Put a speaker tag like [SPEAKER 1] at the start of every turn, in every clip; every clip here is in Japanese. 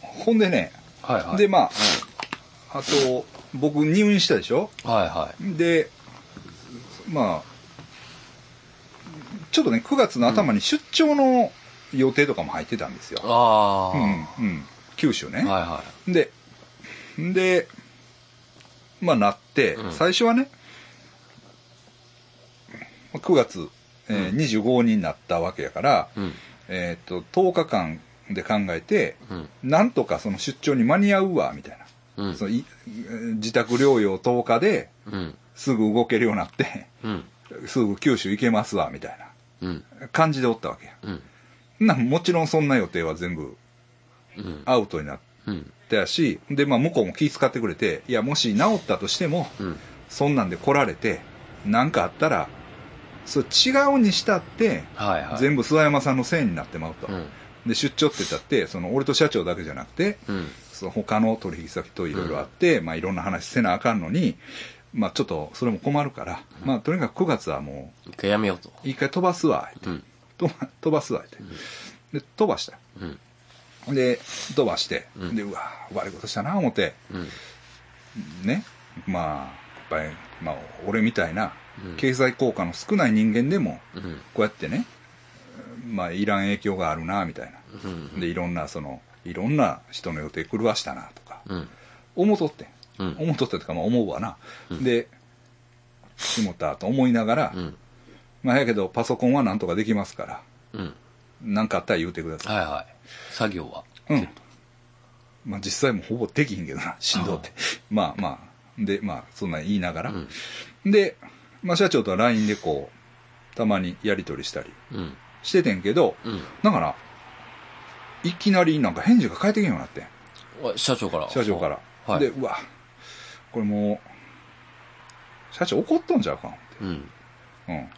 [SPEAKER 1] ほんでね、
[SPEAKER 2] はいはい。
[SPEAKER 1] でまああと僕入院したでしょ
[SPEAKER 2] はいは
[SPEAKER 1] でまあちょっとね9月の頭に出張の予定とかも入ってたんです
[SPEAKER 2] い。
[SPEAKER 1] よ、
[SPEAKER 2] あ
[SPEAKER 1] うんうん、九州ね、
[SPEAKER 2] あ。はいは
[SPEAKER 1] ででまあなって、
[SPEAKER 2] うん
[SPEAKER 1] 最初はね9月、えー25になったわけやから、
[SPEAKER 2] い。うん。
[SPEAKER 1] えー、と10日間で考えて
[SPEAKER 2] うん。
[SPEAKER 1] なんとかその出張に間に合うわみたいな、
[SPEAKER 2] うん。
[SPEAKER 1] そのいえー自宅療養10日で
[SPEAKER 2] うん。
[SPEAKER 1] すぐ動けるようになって
[SPEAKER 2] うん。
[SPEAKER 1] すぐ九州行けますわみたい
[SPEAKER 2] うん。
[SPEAKER 1] な感じでおったわけや
[SPEAKER 2] うん。
[SPEAKER 1] なもちろんそんな予定は全部
[SPEAKER 2] うん。
[SPEAKER 1] アウトになっ
[SPEAKER 2] うん。
[SPEAKER 1] てやしで、まあ、向こうも気遣ってくれていやもし治ったとしても
[SPEAKER 2] うん。
[SPEAKER 1] そんなんで来られて何かあったらそう違うにしたって
[SPEAKER 2] はいはい。
[SPEAKER 1] 全部諏訪山さんのせいになってまうと、
[SPEAKER 2] うん。
[SPEAKER 1] で出張って言ったってその俺と社長だけじゃなくて
[SPEAKER 2] うん。
[SPEAKER 1] その他の取引先といろいろあって、まあ、いろんな話せなあかんのに、まあ、ちょっとそれも困るから、まあ、とにかく9月はも
[SPEAKER 2] 一回やめようと。
[SPEAKER 1] う一回飛ばすわ
[SPEAKER 2] うん。
[SPEAKER 1] 飛ば 飛ばすわって、で飛ばした
[SPEAKER 2] うん。
[SPEAKER 1] で飛ばして、
[SPEAKER 2] うん
[SPEAKER 1] でうわ悪いことしたな思って
[SPEAKER 2] うん。
[SPEAKER 1] ねまあやっぱり、まあ、俺みたいな
[SPEAKER 2] うん
[SPEAKER 1] 経済効果の少ない人間でも
[SPEAKER 2] うん。
[SPEAKER 1] こうやってねまあいらん影響があるなみたいな
[SPEAKER 2] うん。
[SPEAKER 1] でいろんなそのいろんな人の予定狂わしたなとか
[SPEAKER 2] うん。
[SPEAKER 1] 思うとってん
[SPEAKER 2] うん。
[SPEAKER 1] 思うとってとかまあ思うわな、で思ったと思いながら、
[SPEAKER 2] うん。
[SPEAKER 1] まあやけどパソコンはなんとかできますから
[SPEAKER 2] うん。
[SPEAKER 1] 何かあったら言うてください
[SPEAKER 2] はいはい。作業は。
[SPEAKER 1] うん。まあ実際もうほぼできひんけどな、しんどって。 まあまあ、で、まあそんなん言いながら。
[SPEAKER 2] うん。
[SPEAKER 1] で、まあ社長とは LINE でこう、たまにやり取りしたり
[SPEAKER 2] うん。
[SPEAKER 1] しててんけど、
[SPEAKER 2] うん。
[SPEAKER 1] だから、いきなりなんか返事が返ってけんようになってん
[SPEAKER 2] お社長から。
[SPEAKER 1] 社長から。
[SPEAKER 2] はい
[SPEAKER 1] で、うわ、これもう、社長怒っとんじゃうかんって。
[SPEAKER 2] うん。
[SPEAKER 1] うん。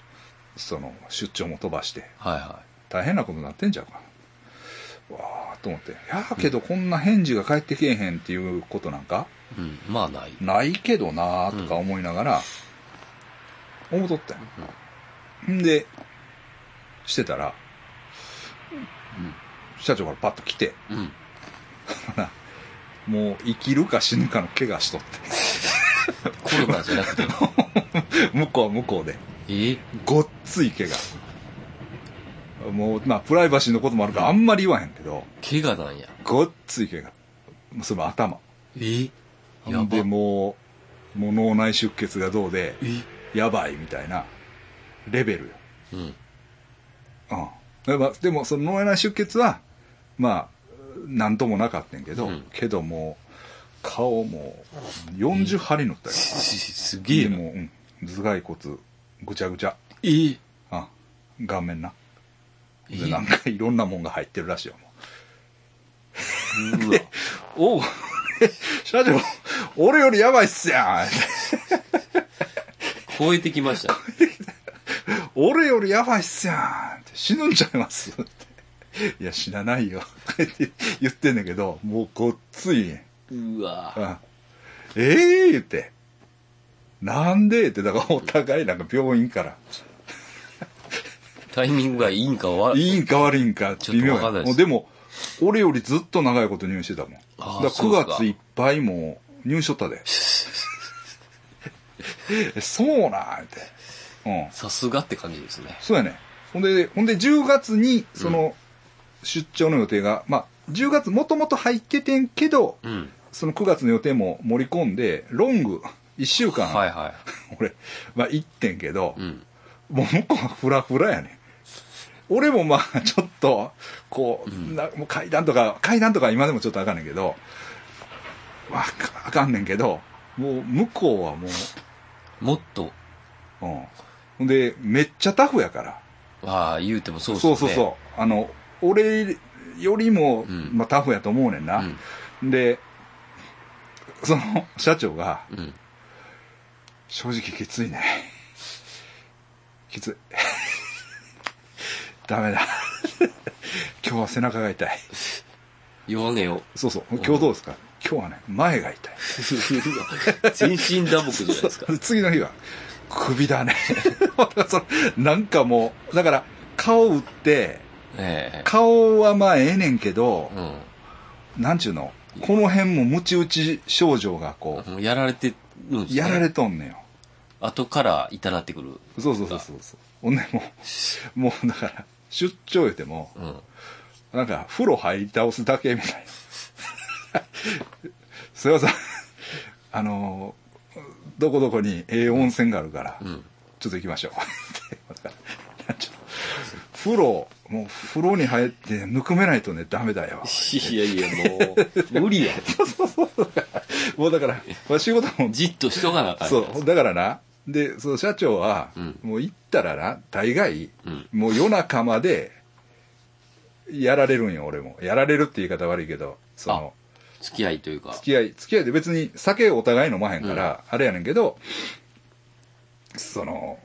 [SPEAKER 1] その、出張も飛ばして。
[SPEAKER 2] はいは
[SPEAKER 1] 大変なことになってんじゃうかなわあと思っていやーけどこんな返事が返ってけえへんっていうことなんか
[SPEAKER 2] い。うん。まあない。
[SPEAKER 1] ないけどなーとか思いながら思うとったよ、んでしてたら社長からパッと来て
[SPEAKER 2] うん。うん。
[SPEAKER 1] もう生きるか死ぬかの怪我しとって
[SPEAKER 2] コロナじゃなくて。
[SPEAKER 1] 向こうは向こうで
[SPEAKER 2] え
[SPEAKER 1] ごっつい怪我もうまあプライバシーのこともあるからあんまり言わへんけど
[SPEAKER 2] 怪我なんや。
[SPEAKER 1] ごっつい怪我もうその頭
[SPEAKER 2] えやば
[SPEAKER 1] で。もうもう脳内出血がどうで
[SPEAKER 2] え
[SPEAKER 1] やばいみたいなレベルよ、
[SPEAKER 2] うん。
[SPEAKER 1] うんでまあ、でもその脳内出血はまあ何ともなかったんやけど、
[SPEAKER 2] うん
[SPEAKER 1] けどもう顔もう40針塗ったよ、
[SPEAKER 2] すげえ
[SPEAKER 1] で
[SPEAKER 2] な。
[SPEAKER 1] もう、うん、頭蓋骨ぐちゃぐちゃ、
[SPEAKER 2] え
[SPEAKER 1] あ顔面なで
[SPEAKER 2] え
[SPEAKER 1] なんかいろんなもんが入ってるらしいよも
[SPEAKER 2] うわ。
[SPEAKER 1] うおう 社長俺よりやばいっすやん
[SPEAKER 2] 超えてきました。
[SPEAKER 1] 俺よりやばいっすやんって死ぬんちゃいますっていや死なないよ って言ってんだけどもうごっついね
[SPEAKER 2] うわ
[SPEAKER 1] うんええ言ってなんでってだからお互いなんか病院から
[SPEAKER 2] タイミングがいいんかわ
[SPEAKER 1] いいんか悪いんか微妙
[SPEAKER 2] ちょっとわか
[SPEAKER 1] や
[SPEAKER 2] んないです
[SPEAKER 1] もうでも俺よりずっと長いこと入院してたもんだ
[SPEAKER 2] あ
[SPEAKER 1] か
[SPEAKER 2] ー
[SPEAKER 1] ら
[SPEAKER 2] そうです
[SPEAKER 1] 9
[SPEAKER 2] か
[SPEAKER 1] 月いっぱいもう入院しとった でえそうなんってうん
[SPEAKER 2] さすがって感じですね。
[SPEAKER 1] そうやね。ほんで、ほんで10月に、その、出張の予定が、まあ、10月もともと入っててんけど、
[SPEAKER 2] うん。
[SPEAKER 1] その9月の予定も盛り込んで、ロング、1週間、
[SPEAKER 2] はいは
[SPEAKER 1] 俺、まあ、行ってんけど
[SPEAKER 2] い。う、ん。
[SPEAKER 1] もう向こうはフラフラやねん。俺もまあ、ちょっと、こう、なもう階段とか、階段とか今でもちょっとあかんねんけど、わかあかんねんけど、もう向こうはも
[SPEAKER 2] もっと、
[SPEAKER 1] う、うん。ほんで、めっちゃタフやから。
[SPEAKER 2] ああ、言うてもそうです
[SPEAKER 1] そ
[SPEAKER 2] ね。
[SPEAKER 1] うそうそう。あの、俺よりも、
[SPEAKER 2] うん
[SPEAKER 1] まあ、タフやと思うねんな。で、その、社長が、
[SPEAKER 2] うん。うん。
[SPEAKER 1] 正直きついね。 きつい。 ダメだ。 今日は背中が痛い。
[SPEAKER 2] 言わねえよ。
[SPEAKER 1] そうそう。今日どうですか今日はね、前が痛い。
[SPEAKER 2] うわ 全身打撲じゃないですか。
[SPEAKER 1] 次の日は、首だね。 だからそのなんかもう、だから、顔打って、
[SPEAKER 2] ええ
[SPEAKER 1] 顔はまあええねんけど、
[SPEAKER 2] うん。
[SPEAKER 1] なんちゅうの、この辺もムチ打ち症状がこ
[SPEAKER 2] もうやられてるんです
[SPEAKER 1] う、
[SPEAKER 2] ね、
[SPEAKER 1] やられとんねよ。
[SPEAKER 2] 後から痛なってくる。
[SPEAKER 1] そうそうそうそうそう。ほんでもう、 もうだから、出張言うても、
[SPEAKER 2] うん。
[SPEAKER 1] なんか、風呂入り倒すだけみたいな。 すいません。 あの、どこどこにええ温泉があるから、
[SPEAKER 2] うん。
[SPEAKER 1] ちょっと行きましょう。 ってちょっと風呂、もう風呂に入ってぬくめないとね、ダメだよ。
[SPEAKER 2] いやいや、もう、無理やん。
[SPEAKER 1] もうだから、まあ仕事も、
[SPEAKER 2] じっとしとかなあかんやん
[SPEAKER 1] そう、だからな、で、その社長は、
[SPEAKER 2] うん
[SPEAKER 1] もう行ったらな、大概、
[SPEAKER 2] うん。
[SPEAKER 1] もう夜中まで、やられるんよ、俺も。やられるって言い方悪いけど、その、
[SPEAKER 2] 付き合いというか。
[SPEAKER 1] 付き合い、付き合いで別に酒お互い飲まへんから、あれやねんけど、その、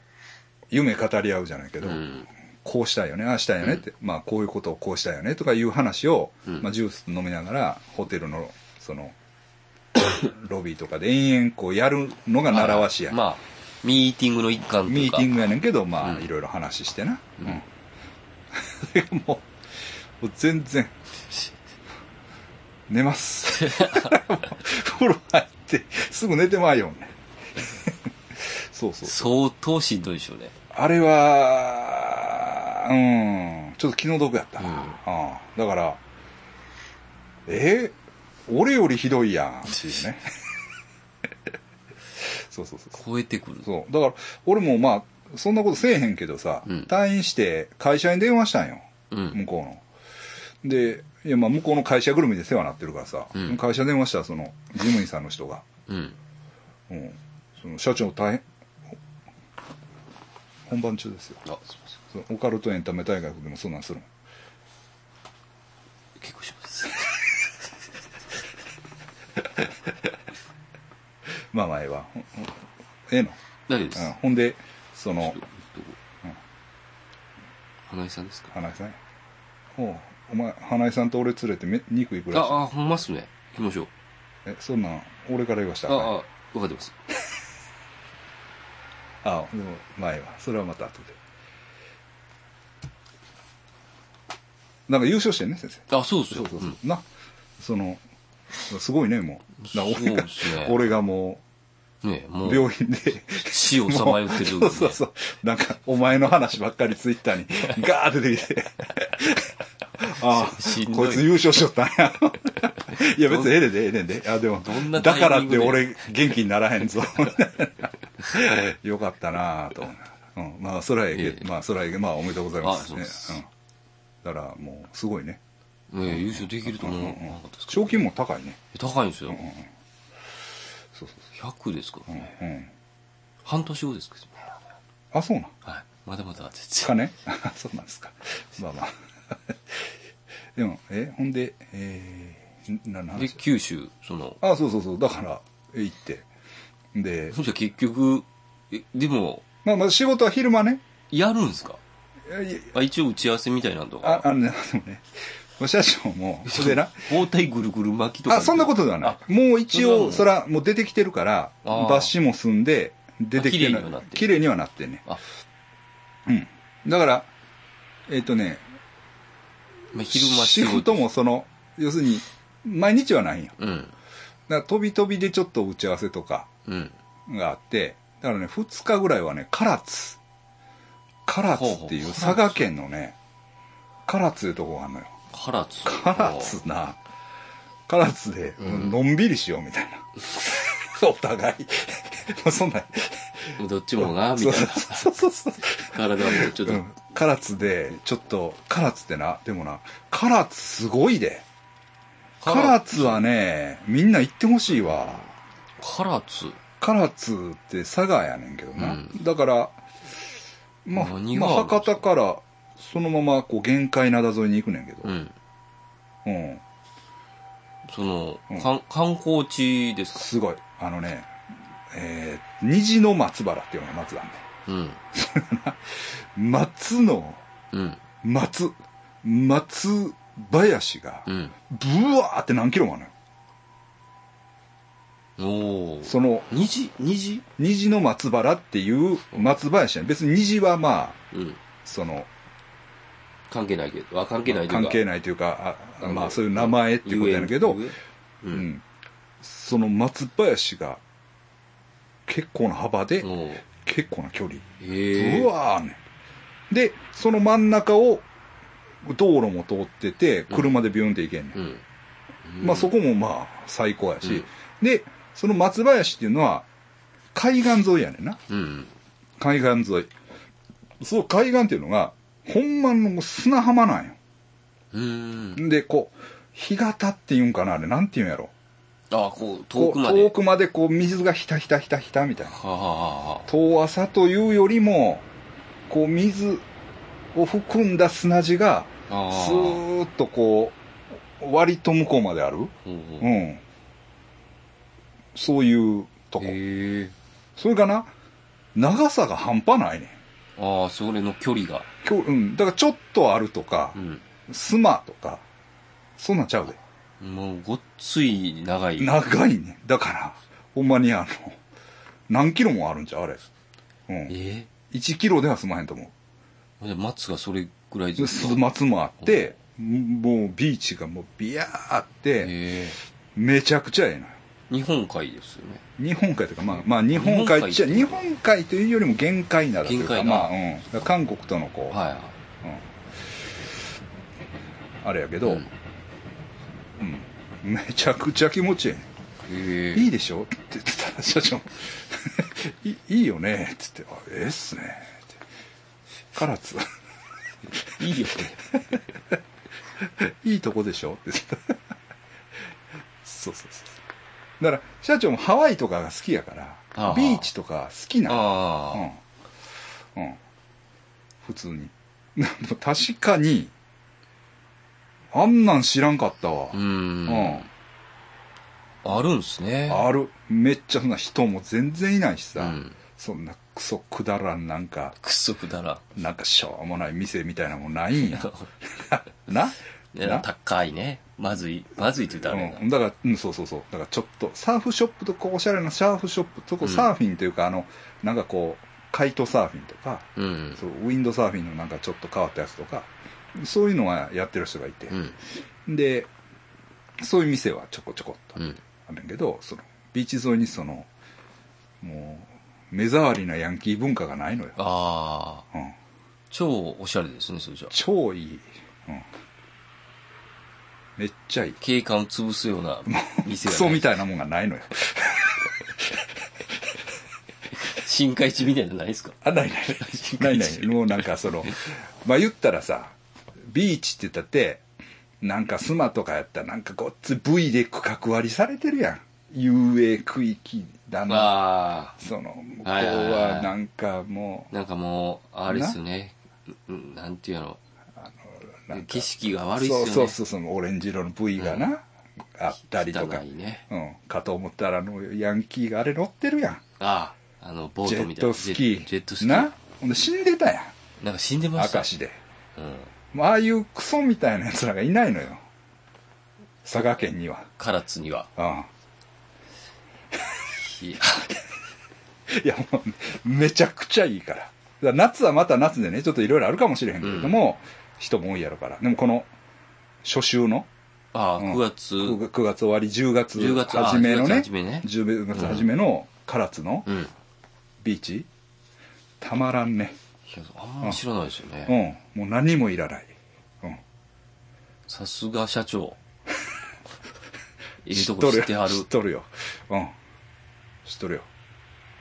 [SPEAKER 1] 夢語り合うじゃないけど、
[SPEAKER 2] うん。
[SPEAKER 1] こうしたいよね、ああしたいよねって、まあこういうことをこうしたいよねとかいう話を、
[SPEAKER 2] うん
[SPEAKER 1] まあジュース飲みながら、ホテルの、その、ロビーとかで延々こうやるのが習わしや。
[SPEAKER 2] まあ、ミーティングの一環という
[SPEAKER 1] ミー
[SPEAKER 2] か。
[SPEAKER 1] ティングやねんけど、まあ、
[SPEAKER 2] うん
[SPEAKER 1] いろいろ話してな。う
[SPEAKER 2] うん
[SPEAKER 1] ん。それが もう、もう全然、寝 ます。風呂入って、すぐ寝てまいよ ね。そうそう。
[SPEAKER 2] 相当しんどいでしょうね。
[SPEAKER 1] あれは、うん、ちょっと気の毒やったな。
[SPEAKER 2] うん
[SPEAKER 1] ああだから、え俺よりひどいやんっていう ね。そうそうそうそう。
[SPEAKER 2] 超えてくる。
[SPEAKER 1] そう。だから、俺もまあ、そんなことせえへんけどさ、
[SPEAKER 2] うん
[SPEAKER 1] 退院して会社に電話したんよ、
[SPEAKER 2] うん。
[SPEAKER 1] 向こうの。で、いやまあ向こうの会社ぐるみで世話になってるからさ、
[SPEAKER 2] うん
[SPEAKER 1] 会社に電話したらその、事務員さんの人が、
[SPEAKER 2] うん。
[SPEAKER 1] うん、その社長大変、本番中ですよ。
[SPEAKER 2] あ、すいません。
[SPEAKER 1] そのオカルトエンタメ大学でもそんなんするの
[SPEAKER 2] 結構します。
[SPEAKER 1] まあ前はほんほんええの、
[SPEAKER 2] 大丈夫です。
[SPEAKER 1] うん、ほんでその
[SPEAKER 2] ちょっと花井さんですか
[SPEAKER 1] 花井さんやおうお前花井さんと俺連れてめ肉いく
[SPEAKER 2] あ、
[SPEAKER 1] らしい
[SPEAKER 2] あ、ほんまっすね。行きましょう。
[SPEAKER 1] えそんなん俺から言わした
[SPEAKER 2] あ、
[SPEAKER 1] ら
[SPEAKER 2] あ
[SPEAKER 1] あかん、
[SPEAKER 2] わかってます。
[SPEAKER 1] あでも前はそれはまた後でなんか優勝してんね先生
[SPEAKER 2] あ、そうです
[SPEAKER 1] そ
[SPEAKER 2] よ。
[SPEAKER 1] うそうそう、なそのすごいねもうな俺
[SPEAKER 2] そう
[SPEAKER 1] が
[SPEAKER 2] ですね
[SPEAKER 1] 俺がも
[SPEAKER 2] うんねえも
[SPEAKER 1] う
[SPEAKER 2] う、
[SPEAKER 1] 病院で
[SPEAKER 2] 死をさまよってる時
[SPEAKER 1] そ
[SPEAKER 2] にね
[SPEAKER 1] うそうそう。なんか、お前の話ばっかりツイッターに ガーって出てきて。あ
[SPEAKER 2] しん
[SPEAKER 1] あ、
[SPEAKER 2] ど
[SPEAKER 1] こ
[SPEAKER 2] い
[SPEAKER 1] いつ優勝しよったん や。いや、別にええねんで、ええねんで。あ、でも
[SPEAKER 2] どん、なタ
[SPEAKER 1] だ
[SPEAKER 2] イミングで
[SPEAKER 1] からって俺元気にならへんぞ。よかったなぁと。うん、まあ、それはええ
[SPEAKER 2] いえ
[SPEAKER 1] け
[SPEAKER 2] いえ
[SPEAKER 1] ど、まあ、それはええけど、まあ、おめでとうございま
[SPEAKER 2] あ
[SPEAKER 1] す。
[SPEAKER 2] そうです
[SPEAKER 1] ねうん。だから、もう、すごいね。
[SPEAKER 2] ねえ優勝できると
[SPEAKER 1] うん
[SPEAKER 2] 思
[SPEAKER 1] う
[SPEAKER 2] わ
[SPEAKER 1] んう
[SPEAKER 2] なんかったですか
[SPEAKER 1] 賞金も高いね。
[SPEAKER 2] 高いんですよ。
[SPEAKER 1] そうそうそ
[SPEAKER 2] 100ですから
[SPEAKER 1] う。
[SPEAKER 2] ね。
[SPEAKER 1] うんうん。
[SPEAKER 2] 半年後ですけど。
[SPEAKER 1] あ、そうなん。
[SPEAKER 2] はい。まだまだ全
[SPEAKER 1] 金
[SPEAKER 2] 然。
[SPEAKER 1] そうなんですか。まあまあ。 でも、え、ほんで、えー、な、なん
[SPEAKER 2] で、九州、その、
[SPEAKER 1] あ、そうそうそう。だから、え行って。で、
[SPEAKER 2] そしたら結局、え、でも、
[SPEAKER 1] まあまあ仕事は昼間ね。
[SPEAKER 2] やるんですか
[SPEAKER 1] いやいや
[SPEAKER 2] あ、一応打ち合わせみたいなんと
[SPEAKER 1] あ
[SPEAKER 2] か。、
[SPEAKER 1] あのね、でもね、社長も、それでな、
[SPEAKER 2] 包帯ぐるぐる巻きとか。
[SPEAKER 1] あ、そんなことではない。もう一応、
[SPEAKER 2] そ
[SPEAKER 1] そら、もう出てきてるから、
[SPEAKER 2] あー
[SPEAKER 1] 抜歯も済んで、出てきて
[SPEAKER 2] あ綺麗にはなってる
[SPEAKER 1] 綺麗にはなってんね。
[SPEAKER 2] あ
[SPEAKER 1] うん。だから、えっ、とね、
[SPEAKER 2] まあ、昼間
[SPEAKER 1] シフト。もその、要するに、毎日はないんよ。
[SPEAKER 2] うん。
[SPEAKER 1] だから飛び飛びでちょっと打ち合わせとか
[SPEAKER 2] うん。
[SPEAKER 1] があってだからね2日ぐらいはね唐津唐津っていう佐賀県のね唐津いうとこがあるのよ
[SPEAKER 2] 唐津。
[SPEAKER 1] 唐津な唐津で
[SPEAKER 2] うん
[SPEAKER 1] のんびりしようみたい な、お互いもう そんな
[SPEAKER 2] どっちもな、みたいな。
[SPEAKER 1] そうそうそうそう
[SPEAKER 2] 体もちょっと、
[SPEAKER 1] うん唐津でちょっと唐津ってなでもな唐津すごいで唐津はねみんな行ってほしいわ
[SPEAKER 2] 唐津。
[SPEAKER 1] 唐津って佐賀やねんけどな、
[SPEAKER 2] うん
[SPEAKER 1] だから、まあ
[SPEAKER 2] 何
[SPEAKER 1] ま
[SPEAKER 2] があ
[SPEAKER 1] あ
[SPEAKER 2] るんですか
[SPEAKER 1] 博多からそのままこう限界灘沿いに行くねんけど、
[SPEAKER 2] うん。
[SPEAKER 1] うん
[SPEAKER 2] その
[SPEAKER 1] うん、
[SPEAKER 2] かん観光地ですか
[SPEAKER 1] すごいあのね、えー虹の松原っていうのが松だね
[SPEAKER 2] うん。
[SPEAKER 1] 松の
[SPEAKER 2] うん。
[SPEAKER 1] 松松林が
[SPEAKER 2] うん。
[SPEAKER 1] ブワーって何キロもあるのよ
[SPEAKER 2] おー。
[SPEAKER 1] その
[SPEAKER 2] 二時二時
[SPEAKER 1] 虹の松原っていう松林やね別に虹はまあ
[SPEAKER 2] うん。
[SPEAKER 1] その
[SPEAKER 2] 関係ないけど、あ、関係ないというか
[SPEAKER 1] 関係ないというかああまあそういう名前っていうことやねんけど、
[SPEAKER 2] ゆえゆえ
[SPEAKER 1] う
[SPEAKER 2] う。
[SPEAKER 1] んんその松林が結構な幅で、
[SPEAKER 2] もう、
[SPEAKER 1] 結構な距離、
[SPEAKER 2] ええ。
[SPEAKER 1] うわーねでその真ん中を道路も通ってて車でビューンって行けんね、
[SPEAKER 2] うん。
[SPEAKER 1] ん、まあそ
[SPEAKER 2] こ
[SPEAKER 1] こもまあ最高やし、でその松林っていうのは海岸沿いやねんな
[SPEAKER 2] うん。
[SPEAKER 1] 海岸沿いそう海岸っていうのがほんまのもう砂浜なんよ
[SPEAKER 2] うん。
[SPEAKER 1] でこう干潟っていうんかなあれなんていうんやろ
[SPEAKER 2] あ、こう、
[SPEAKER 1] こう
[SPEAKER 2] 遠くまで。
[SPEAKER 1] 遠くまでこう水がひたひたひたひたみたいな
[SPEAKER 2] はあはあはあ。
[SPEAKER 1] 遠浅というよりもこう水を含んだ砂地がス
[SPEAKER 2] あ
[SPEAKER 1] ー
[SPEAKER 2] ー
[SPEAKER 1] ッとこう割と向こうまである
[SPEAKER 2] ほうほう
[SPEAKER 1] うんそういうとこ
[SPEAKER 2] へえ。
[SPEAKER 1] それかな長さが半端ないね
[SPEAKER 2] ああ、それの距離が。
[SPEAKER 1] きょうんだからちょっとあるとか
[SPEAKER 2] うん。
[SPEAKER 1] スマとかそんなんちゃうで
[SPEAKER 2] もう、ごっつい長い。
[SPEAKER 1] 長いねだからほんまにあの何キロもあるんちゃうあれ、うん、
[SPEAKER 2] え
[SPEAKER 1] 1キロでは済まへんと思
[SPEAKER 2] え。じゃあ松がそれぐらいうず
[SPEAKER 1] す松もあってもうビーチがもうビヤーって
[SPEAKER 2] ええ。
[SPEAKER 1] めちゃくちゃええのよ
[SPEAKER 2] 日本海ですよね。
[SPEAKER 1] 日本海というか、まあ、まあ日本海っちゃ日
[SPEAKER 2] 日
[SPEAKER 1] 本海というよりも限界なだという
[SPEAKER 2] 玄
[SPEAKER 1] か
[SPEAKER 2] 界灘
[SPEAKER 1] まあ、うん、だから韓国とのこう、
[SPEAKER 2] はいはい。
[SPEAKER 1] あれやけど、
[SPEAKER 2] うん
[SPEAKER 1] うんめちゃくちゃ気持ちいいね
[SPEAKER 2] へえ。
[SPEAKER 1] いいでしょ?」って言ってたら社長 「いいいよね」っつって「あええっすね」って「唐津
[SPEAKER 2] いいよね。
[SPEAKER 1] いいとこでしょ?」って言ってたそうそうそうだから社長もハワイとかが好きやから
[SPEAKER 2] ああ
[SPEAKER 1] ビーチとか好きなの
[SPEAKER 2] あ
[SPEAKER 1] う
[SPEAKER 2] あ。
[SPEAKER 1] ん、うん、普通に でも確かにあんなん知らんかったわ
[SPEAKER 2] う、ん。
[SPEAKER 1] うん
[SPEAKER 2] あるんすね。
[SPEAKER 1] あるめっちゃそんな人も全然いないしさ、
[SPEAKER 2] うん
[SPEAKER 1] そんなクソくだらんなんか
[SPEAKER 2] くっそくだら
[SPEAKER 1] なんかしょうもない店みたいなもんない んやな
[SPEAKER 2] ね
[SPEAKER 1] な
[SPEAKER 2] 高いね。まずい。まずいって言ったらあれだ
[SPEAKER 1] うん、だから、うん、そうそうそうだからちょっとサーフショップとかおしゃれなサーフショップとこ
[SPEAKER 2] うん
[SPEAKER 1] サーフィンというか、あのなんかこうカイトサーフィンとか、
[SPEAKER 2] うん。
[SPEAKER 1] そうウィンドサーフィンのなんかちょっと変わったやつとかそういうのはやってる人がいて
[SPEAKER 2] う、ん。
[SPEAKER 1] でそういう店はちょこちょこっと
[SPEAKER 2] うん。
[SPEAKER 1] あるんやけどそのビーチ沿いにそのもう目障りなヤンキー文化がないのよ、
[SPEAKER 2] ああ。
[SPEAKER 1] うん、
[SPEAKER 2] 超おしゃれですね、それじゃあ。
[SPEAKER 1] 超いい、うん、めっちゃいい
[SPEAKER 2] 景観を潰すような店
[SPEAKER 1] ク
[SPEAKER 2] が
[SPEAKER 1] ソ
[SPEAKER 2] ない、
[SPEAKER 1] みたいなもんがないのよ
[SPEAKER 2] 深海地みたいなのないですか
[SPEAKER 1] あないないない ないない もうなんかそのまあ言ったらさビーチって言ったってなんかスマとかやったらなんかごっつ V で区画割りされてるやん遊泳区域だな
[SPEAKER 2] あ
[SPEAKER 1] その向こう
[SPEAKER 2] はいはいはいは
[SPEAKER 1] はいなんかも
[SPEAKER 2] あ。なんかもう、あれですね。うんなんていうの。
[SPEAKER 1] うなんか
[SPEAKER 2] 景色が悪いっすよ
[SPEAKER 1] そう
[SPEAKER 2] ね。
[SPEAKER 1] そうそうそのオレンジ色の V がな、あったりとか
[SPEAKER 2] 汚、いね。
[SPEAKER 1] うん、かと思ったらあのヤンキーがあれ乗ってるやん
[SPEAKER 2] ああ。あの、ボ
[SPEAKER 1] ジ
[SPEAKER 2] ート
[SPEAKER 1] ェ
[SPEAKER 2] み
[SPEAKER 1] ッ
[SPEAKER 2] たい
[SPEAKER 1] ト
[SPEAKER 2] な。
[SPEAKER 1] スキー
[SPEAKER 2] ジェットスキー。
[SPEAKER 1] なほんで死んでたや
[SPEAKER 2] なんか死んで
[SPEAKER 1] ん
[SPEAKER 2] ました。
[SPEAKER 1] 明石で
[SPEAKER 2] うん。
[SPEAKER 1] まあああいうクソみたいなやつらがいないのよ佐賀県には
[SPEAKER 2] 唐津には。
[SPEAKER 1] うん
[SPEAKER 2] いや
[SPEAKER 1] いやもうめちゃくちゃいいからだから夏はまた夏でねちょっといろいろあるかもしれへんけれども、人も多いやろからでもこの初秋の
[SPEAKER 2] ああ、
[SPEAKER 1] うん
[SPEAKER 2] 9月。
[SPEAKER 1] 9月9月終わり10月
[SPEAKER 2] 10月
[SPEAKER 1] 初めの
[SPEAKER 2] あ
[SPEAKER 1] ね
[SPEAKER 2] 10月初めね
[SPEAKER 1] 10月初めの唐津の
[SPEAKER 2] うん。いや、
[SPEAKER 1] ビーチたまらんね
[SPEAKER 2] あんま知らないですよ
[SPEAKER 1] う
[SPEAKER 2] ね。
[SPEAKER 1] んもう何もいらない、うん、
[SPEAKER 2] さすが 社長。ええ
[SPEAKER 1] 知
[SPEAKER 2] と
[SPEAKER 1] っとる
[SPEAKER 2] こ知
[SPEAKER 1] よ
[SPEAKER 2] ってはる
[SPEAKER 1] 知。っとるようん知っとるよ、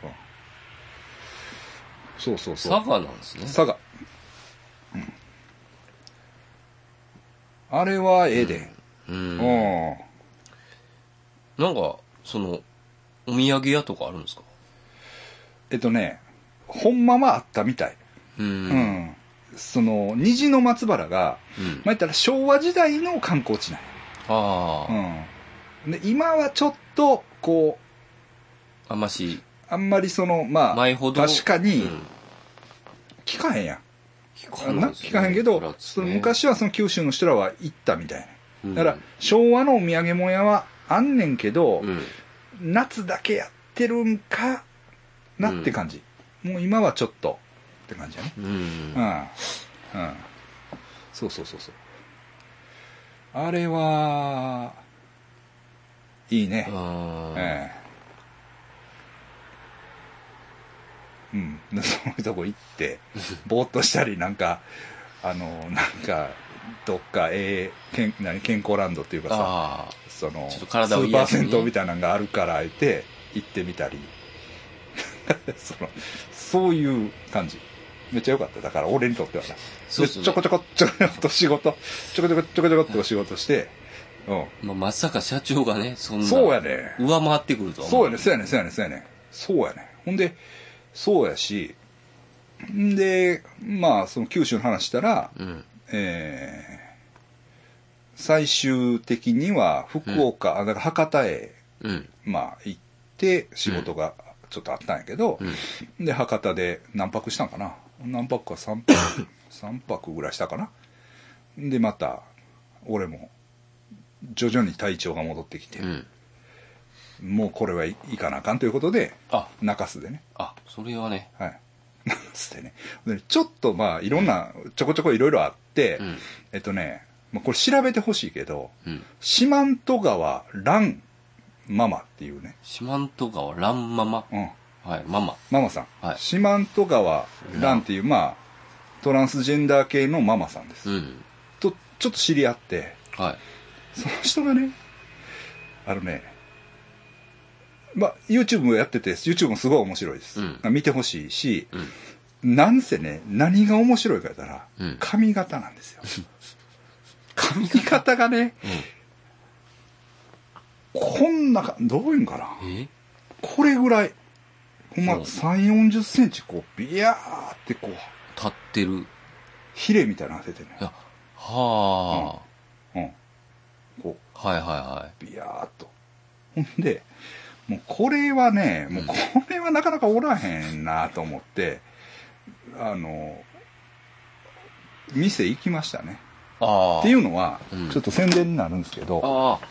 [SPEAKER 1] うん、そうそうそう
[SPEAKER 2] 佐賀なんですね。
[SPEAKER 1] 佐賀、うん、あれはええで
[SPEAKER 2] うん
[SPEAKER 1] う。ん、
[SPEAKER 2] なんか、その、お土産屋とかあるんですか
[SPEAKER 1] えっとねほんまはあったみたい
[SPEAKER 2] うん
[SPEAKER 1] うん、その虹の松原が
[SPEAKER 2] うん
[SPEAKER 1] まあ言ったら昭和時代の観光地なんや
[SPEAKER 2] ああ、
[SPEAKER 1] うん、で今はちょっとこう
[SPEAKER 2] あんまし、
[SPEAKER 1] あんまりそのまあ
[SPEAKER 2] 前ほど。
[SPEAKER 1] 確かに
[SPEAKER 2] うん
[SPEAKER 1] 聞かへんやん
[SPEAKER 2] 聞
[SPEAKER 1] あんな聞かへんけど、その、昔はその九州の人らは行ったみたいな、
[SPEAKER 2] だ
[SPEAKER 1] だから、昭和のお土産物屋はあんねんけど、
[SPEAKER 2] うん。
[SPEAKER 1] 夏だけやってるんかなって感じ、もう今はちょっとって感じやね
[SPEAKER 2] うん
[SPEAKER 1] うん、うん、そうそうそうそうあれはいいね、
[SPEAKER 2] あー
[SPEAKER 1] ええうん、 そういうとこ行ってぼーっとしたりなんかあのなんかどっかええ健何健康ランドっていうかさ
[SPEAKER 2] あ
[SPEAKER 1] その
[SPEAKER 2] ちょっ
[SPEAKER 1] ス
[SPEAKER 2] と体を
[SPEAKER 1] ー
[SPEAKER 2] 癒
[SPEAKER 1] パ
[SPEAKER 2] や
[SPEAKER 1] ー
[SPEAKER 2] すね
[SPEAKER 1] 銭湯みたいなのがあるからあえて行ってみたり そのそういう感じめっちゃ良かっただから俺にとってはな
[SPEAKER 2] ーそうです
[SPEAKER 1] でちょ
[SPEAKER 2] ね
[SPEAKER 1] こ。ちょこちょこちょこと仕事ちょこちょこちょこちょこっと仕事して、うん、
[SPEAKER 2] まあ、まさか社長がね、そんな。
[SPEAKER 1] そうやね
[SPEAKER 2] 上回ってくるとは思
[SPEAKER 1] そうやね、そうやね、そうやね、そうやね。そうやね。ほんで、そうやし、んで、まあ、その九州の話したら、
[SPEAKER 2] うん。
[SPEAKER 1] えー最終的には福岡、あなんか博多へ、
[SPEAKER 2] うん。
[SPEAKER 1] まあ、行って、仕事がちょっとあったんやけど
[SPEAKER 2] う、ん。
[SPEAKER 1] で、博多で何泊したんかな。何泊か3泊、 三泊ぐらいしたかな。で、また、俺も、徐々に体調が戻ってきて
[SPEAKER 2] う、ん。
[SPEAKER 1] もうこれはい行かなあかんということで、
[SPEAKER 2] あ、
[SPEAKER 1] 中洲でね。
[SPEAKER 2] あ、それはね。
[SPEAKER 1] はい。 中洲でね。でちょっとまあ、いろんな、ちょこちょこいろいろあって、
[SPEAKER 2] うん。
[SPEAKER 1] えっとね、まあ、これ調べてほしいけど、
[SPEAKER 2] うん。
[SPEAKER 1] 四万十川蘭ママっていうね、
[SPEAKER 2] 四万十川ランママ。
[SPEAKER 1] うん、
[SPEAKER 2] はい、ママ。
[SPEAKER 1] ママさん。
[SPEAKER 2] はい
[SPEAKER 1] 四万十川蘭っていう、まあ、トランスジェンダー系のママさんです。
[SPEAKER 2] うん。
[SPEAKER 1] と、ちょっと知り合って、
[SPEAKER 2] はい。
[SPEAKER 1] その 人がね、あのね、まあ、YouTube もやってて、YouTube もすごい面白いです。
[SPEAKER 2] う
[SPEAKER 1] 見てほしいし、
[SPEAKER 2] うん。
[SPEAKER 1] なんせね、何が面白いか言ったら、
[SPEAKER 2] うん
[SPEAKER 1] 髪型なんですよ。髪型がね、こんなか、どういうんかな。
[SPEAKER 2] え
[SPEAKER 1] これぐらい。ほんま、
[SPEAKER 2] うん
[SPEAKER 1] 3、40センチ、こう、ビヤーってこう、
[SPEAKER 2] 立ってる。い
[SPEAKER 1] ヒレみたいなの当ててね。
[SPEAKER 2] や、は
[SPEAKER 1] うん。こ
[SPEAKER 2] あ。はいはいは
[SPEAKER 1] う、ビヤーっと。ほんで、もうこれはね、もうこれはなかなかおらへんなと思って、あの、店行きましたね。
[SPEAKER 2] い。ああ。
[SPEAKER 1] っていうのは、
[SPEAKER 2] うん
[SPEAKER 1] ちょっと宣伝になるんですけど、
[SPEAKER 2] ああ。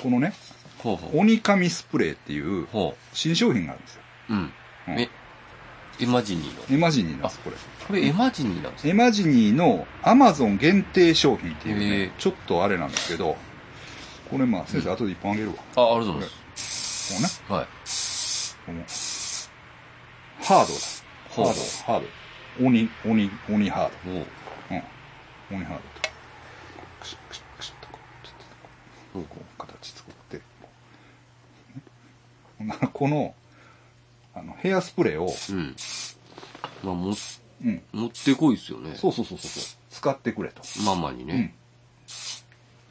[SPEAKER 1] このね、
[SPEAKER 2] ほうほう。
[SPEAKER 1] 鬼神スプレーっていう
[SPEAKER 2] ほ
[SPEAKER 1] 新商品があるんですよ。
[SPEAKER 2] う。うん。
[SPEAKER 1] うん
[SPEAKER 2] え、エマジニーの。
[SPEAKER 1] エマジニーなんです、これ。
[SPEAKER 2] これエマジニーなんですか
[SPEAKER 1] エマジニーのアマゾン限定商品っていう
[SPEAKER 2] へえ
[SPEAKER 1] ね、ちょっとあれなんですけど、これまあ先生、後で一本あげるわ。こ
[SPEAKER 2] あ、ありがとうございま
[SPEAKER 1] うね、
[SPEAKER 2] す。はい。
[SPEAKER 1] この、ハード
[SPEAKER 2] ほう
[SPEAKER 1] だ。ハード、ハード。鬼、鬼、鬼ハード。
[SPEAKER 2] ほう。
[SPEAKER 1] うん。鬼ハードと。クシュクシュクシュっとこう、ちょっと
[SPEAKER 2] ほう
[SPEAKER 1] こう形作って、こうねほんならこの、あの、ヘアスプレーを、
[SPEAKER 2] うん。まあ、も、
[SPEAKER 1] うん。
[SPEAKER 2] 持ってこいですよね。
[SPEAKER 1] そうそうそうそうそう。使ってくれと。
[SPEAKER 2] ママに
[SPEAKER 1] うん
[SPEAKER 2] ね。。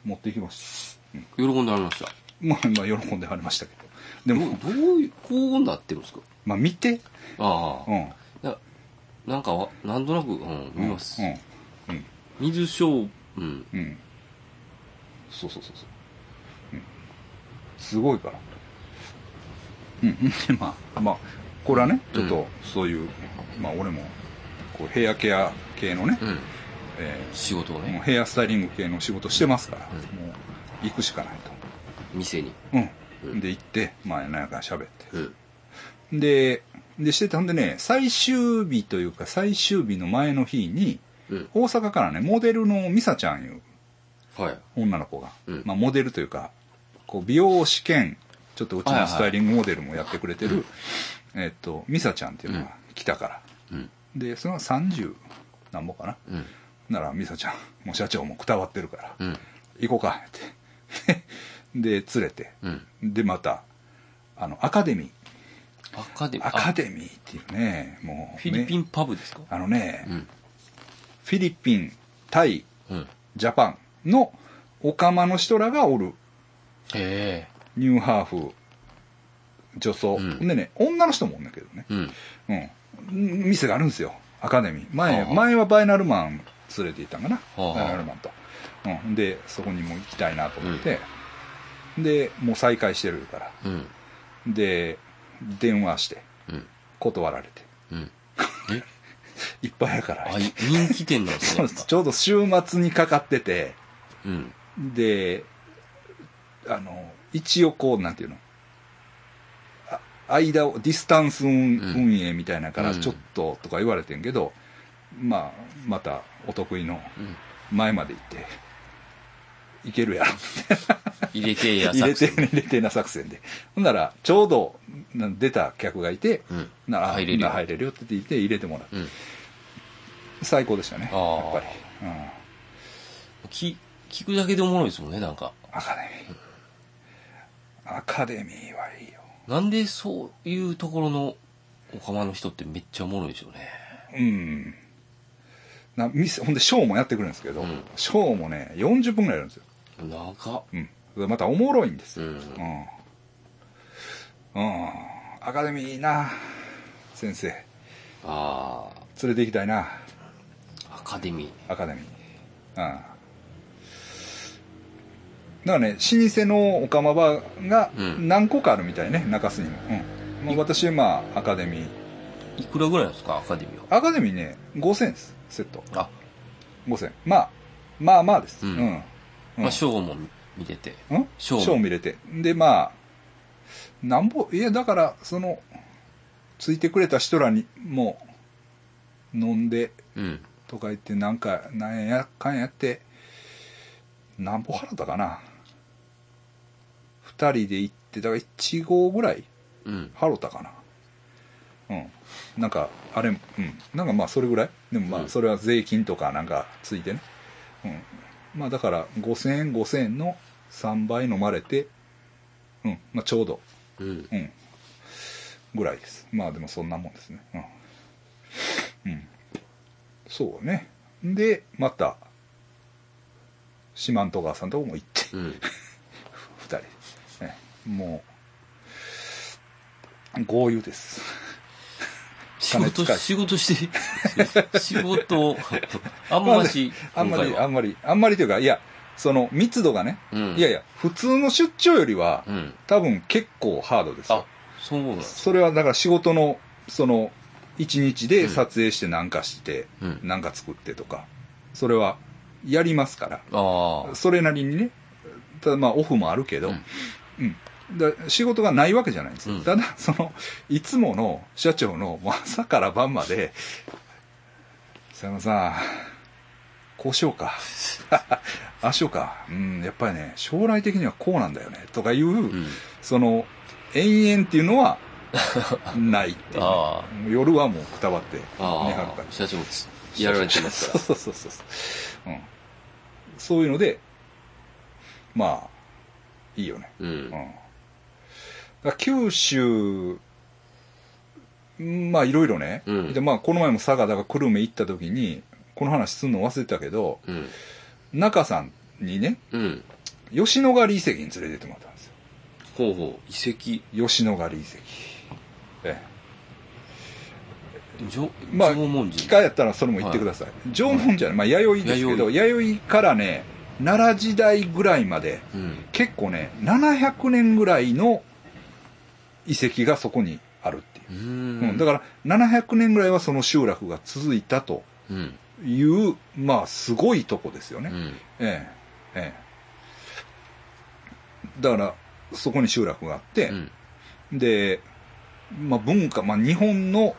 [SPEAKER 1] 持ってきました。うん。
[SPEAKER 2] 喜んでありました。
[SPEAKER 1] まあ、まあ、喜んではりましたけど。で
[SPEAKER 2] ど
[SPEAKER 1] も
[SPEAKER 2] う、、どういう、こうなってるんですか
[SPEAKER 1] まあ、見て。
[SPEAKER 2] ああ
[SPEAKER 1] う。ん。
[SPEAKER 2] ななんかわ、なんとなく、うん、見ます。
[SPEAKER 1] うん。うん。
[SPEAKER 2] 水商、うん。
[SPEAKER 1] うん。そうそうそうそう。うん。すごいから。うん。 で、まあ、まあ、これはね、ちょっ
[SPEAKER 2] うん
[SPEAKER 1] と、そういう、まあ、俺も、こう、ヘアケア系のね、
[SPEAKER 2] うん。
[SPEAKER 1] え
[SPEAKER 2] 仕事を
[SPEAKER 1] ーもう
[SPEAKER 2] ね、
[SPEAKER 1] ヘアスタイリング系の仕事してますから、
[SPEAKER 2] うん
[SPEAKER 1] もう、行くしかない
[SPEAKER 2] 店に。
[SPEAKER 1] と。う。
[SPEAKER 2] うんん
[SPEAKER 1] で、行って、まあ、なんやかんや喋って。
[SPEAKER 2] うん。
[SPEAKER 1] で、でしてたんでね、最終日というか最終日の前の日に、
[SPEAKER 2] うん。
[SPEAKER 1] 大阪からね、モデルのミサちゃんいう
[SPEAKER 2] はい。
[SPEAKER 1] 女の子が、
[SPEAKER 2] うん
[SPEAKER 1] まあモデルというか、こう美容師兼、ちょっとうちのスタイリングモデルもやってくれてる、えっと、ミサちゃんっていうのが来たから。
[SPEAKER 2] うん。
[SPEAKER 1] で、その30何本かな。
[SPEAKER 2] うん。
[SPEAKER 1] なら、ミサちゃん、もう社長もくたばってるから、
[SPEAKER 2] うん。
[SPEAKER 1] 行こうか、って。 で、連れて、
[SPEAKER 2] うん。
[SPEAKER 1] で、また、あの、アカデミー。
[SPEAKER 2] アカデミー。
[SPEAKER 1] アカ
[SPEAKER 2] あ
[SPEAKER 1] デミーっていうね、もう。
[SPEAKER 2] フィリピ
[SPEAKER 1] ン
[SPEAKER 2] ンパブですか
[SPEAKER 1] あのね、
[SPEAKER 2] うん。
[SPEAKER 1] フィリピン、タイ、
[SPEAKER 2] うん。
[SPEAKER 1] ジャパンのオカマの人らがおる、
[SPEAKER 2] へえ。
[SPEAKER 1] ニューハーフ、女装。
[SPEAKER 2] うん
[SPEAKER 1] でね、女の人もおんだけどね。
[SPEAKER 2] うん。
[SPEAKER 1] うん。店があるんですよ、アカデミー。前、
[SPEAKER 2] はあ
[SPEAKER 1] 前はバイナルマン連れて行ったんかな。
[SPEAKER 2] はあ
[SPEAKER 1] バイナルマンと。うん。で、そこにも行きたいなと思って、で、もう再開してるから。
[SPEAKER 2] うん。
[SPEAKER 1] で、電話して、
[SPEAKER 2] うん。
[SPEAKER 1] 断られて。
[SPEAKER 2] うん。え
[SPEAKER 1] いっぱいやから。
[SPEAKER 2] あ、い人気店なんで す
[SPEAKER 1] そう
[SPEAKER 2] ね。
[SPEAKER 1] ですちょうど週末にかかってて、
[SPEAKER 2] うん。
[SPEAKER 1] で、あの、一応こう、なんていうの、あ間を、ディスタンス運,、
[SPEAKER 2] うん
[SPEAKER 1] 営みたいなから、
[SPEAKER 2] うん
[SPEAKER 1] ちょっととか言われてんけど、まあ、またお得意の
[SPEAKER 2] うん。
[SPEAKER 1] 前まで行って行けるやろ
[SPEAKER 2] 入れてえや
[SPEAKER 1] 入れ
[SPEAKER 2] 作
[SPEAKER 1] て
[SPEAKER 2] 戦
[SPEAKER 1] 入れてな作戦でほんならちょうどな出た客がいて、
[SPEAKER 2] うん
[SPEAKER 1] なら
[SPEAKER 2] 入れるよ
[SPEAKER 1] 入れるよって言って入れてもらって
[SPEAKER 2] うん
[SPEAKER 1] 最高でしたね
[SPEAKER 2] あ
[SPEAKER 1] や
[SPEAKER 2] ー
[SPEAKER 1] っぱり、うん、
[SPEAKER 2] き聞くだけでおもろいですもんねなんか
[SPEAKER 1] アカデミーアカデミーはいいよ
[SPEAKER 2] なんでそういうところのお釜の人ってめっちゃおもろいでしょうね
[SPEAKER 1] うんなミスほんでショーもやってくるんですけど、
[SPEAKER 2] うん
[SPEAKER 1] ショーもね40分ぐらいやるんですよ、
[SPEAKER 2] 長っ
[SPEAKER 1] うん、またおもろいんです
[SPEAKER 2] う
[SPEAKER 1] よ、
[SPEAKER 2] ん
[SPEAKER 1] うん、うん、アカデミーいいな先生
[SPEAKER 2] あ
[SPEAKER 1] 連れて行きたいな
[SPEAKER 2] あアカデミー
[SPEAKER 1] アカデミーうんだからね老舗のオカマバーが
[SPEAKER 2] うん
[SPEAKER 1] 何個かあるみたいね、中洲にも、うんまあ、私まあアカデミー
[SPEAKER 2] いくらぐらいなんですかアカデミーは
[SPEAKER 1] アカデミーね5000円ですセット
[SPEAKER 2] あ、
[SPEAKER 1] 5000まあまあまあです
[SPEAKER 2] う
[SPEAKER 1] うんん、
[SPEAKER 2] まあ、ショーも見てて
[SPEAKER 1] うん、
[SPEAKER 2] ショーも
[SPEAKER 1] 賞見れてでまあなんぼいやだからそのついてくれた人らにも飲んで
[SPEAKER 2] うん
[SPEAKER 1] とか言ってなんかなんやかんやってなんぼ払ったかな2人で行ってだから1号ぐらい
[SPEAKER 2] うん
[SPEAKER 1] ハロタかなうんなんかあれうんなんかまあそれぐらいでもま
[SPEAKER 2] うん
[SPEAKER 1] あそれは税金とかなんかついてねうんまあだから5000円5000円の3倍飲まれてうんまあちょうど
[SPEAKER 2] うん
[SPEAKER 1] うんぐらいですまあでもそんなもんですねうん、うん、そうねでまた四万十川さんとこも行って
[SPEAKER 2] うん
[SPEAKER 1] 2人ですねもう豪遊です
[SPEAKER 2] 仕
[SPEAKER 1] 金使
[SPEAKER 2] 事
[SPEAKER 1] い
[SPEAKER 2] 仕事して 仕事をあんまし
[SPEAKER 1] あんま
[SPEAKER 2] 今
[SPEAKER 1] り
[SPEAKER 2] 回は
[SPEAKER 1] あんまりあんまりというかいやその密度がね、
[SPEAKER 2] うん
[SPEAKER 1] いやいや普通の出張よりは、
[SPEAKER 2] うん
[SPEAKER 1] 多分結構ハードですよ
[SPEAKER 2] あそうなんです
[SPEAKER 1] それはだから仕事のその1日で撮影してなんかして、
[SPEAKER 2] うん
[SPEAKER 1] なんか作ってとかそれはやりますから
[SPEAKER 2] ああ
[SPEAKER 1] それなりにねただまあオフもあるけど、
[SPEAKER 2] う
[SPEAKER 1] うんんだ仕事がないわけじゃないんですよ、
[SPEAKER 2] うん
[SPEAKER 1] ただそのいつもの社長のもう朝から晩まで「佐山さんこうしようか ああしようかうんやっぱりね将来的にはこうなんだよね」とかいう、
[SPEAKER 2] うん
[SPEAKER 1] その延々っていうの はないっていうね、
[SPEAKER 2] あ
[SPEAKER 1] 夜はもうくたばって寝
[SPEAKER 2] ああ
[SPEAKER 1] はるから
[SPEAKER 2] あ社長つやられてますから
[SPEAKER 1] そうそうそうそうそう、うん、そういうのでまあいいよね、
[SPEAKER 2] う
[SPEAKER 1] うん、
[SPEAKER 2] ん
[SPEAKER 1] だから九州まあいろいろね、
[SPEAKER 2] うん
[SPEAKER 1] でまあこの前も佐賀だから久留米行った時にこの話すんの忘れてたけど
[SPEAKER 2] うん
[SPEAKER 1] 中さんにね
[SPEAKER 2] うん
[SPEAKER 1] 吉野ヶ里遺跡に連れてってもらったんですよ
[SPEAKER 2] ほうほう遺跡
[SPEAKER 1] 吉野ヶ里遺跡ええ
[SPEAKER 2] 縄
[SPEAKER 1] まあ
[SPEAKER 2] 縄文
[SPEAKER 1] 機
[SPEAKER 2] 人
[SPEAKER 1] 会やったらそれも言ってください、縄文じゃない、まあ、弥生ですけど弥生からね奈良時代ぐらいまで
[SPEAKER 2] うん
[SPEAKER 1] 結構ね700年ぐらいの遺跡がそこにあるっていうう、うん
[SPEAKER 2] ん
[SPEAKER 1] だから700年ぐらいはその集落が続いたと
[SPEAKER 2] うん
[SPEAKER 1] いうまあすごいとこですよ
[SPEAKER 2] う
[SPEAKER 1] ね、
[SPEAKER 2] ん
[SPEAKER 1] ええええだからそこに集落があって、
[SPEAKER 2] うん
[SPEAKER 1] で、まあ、文化、まあ、日本の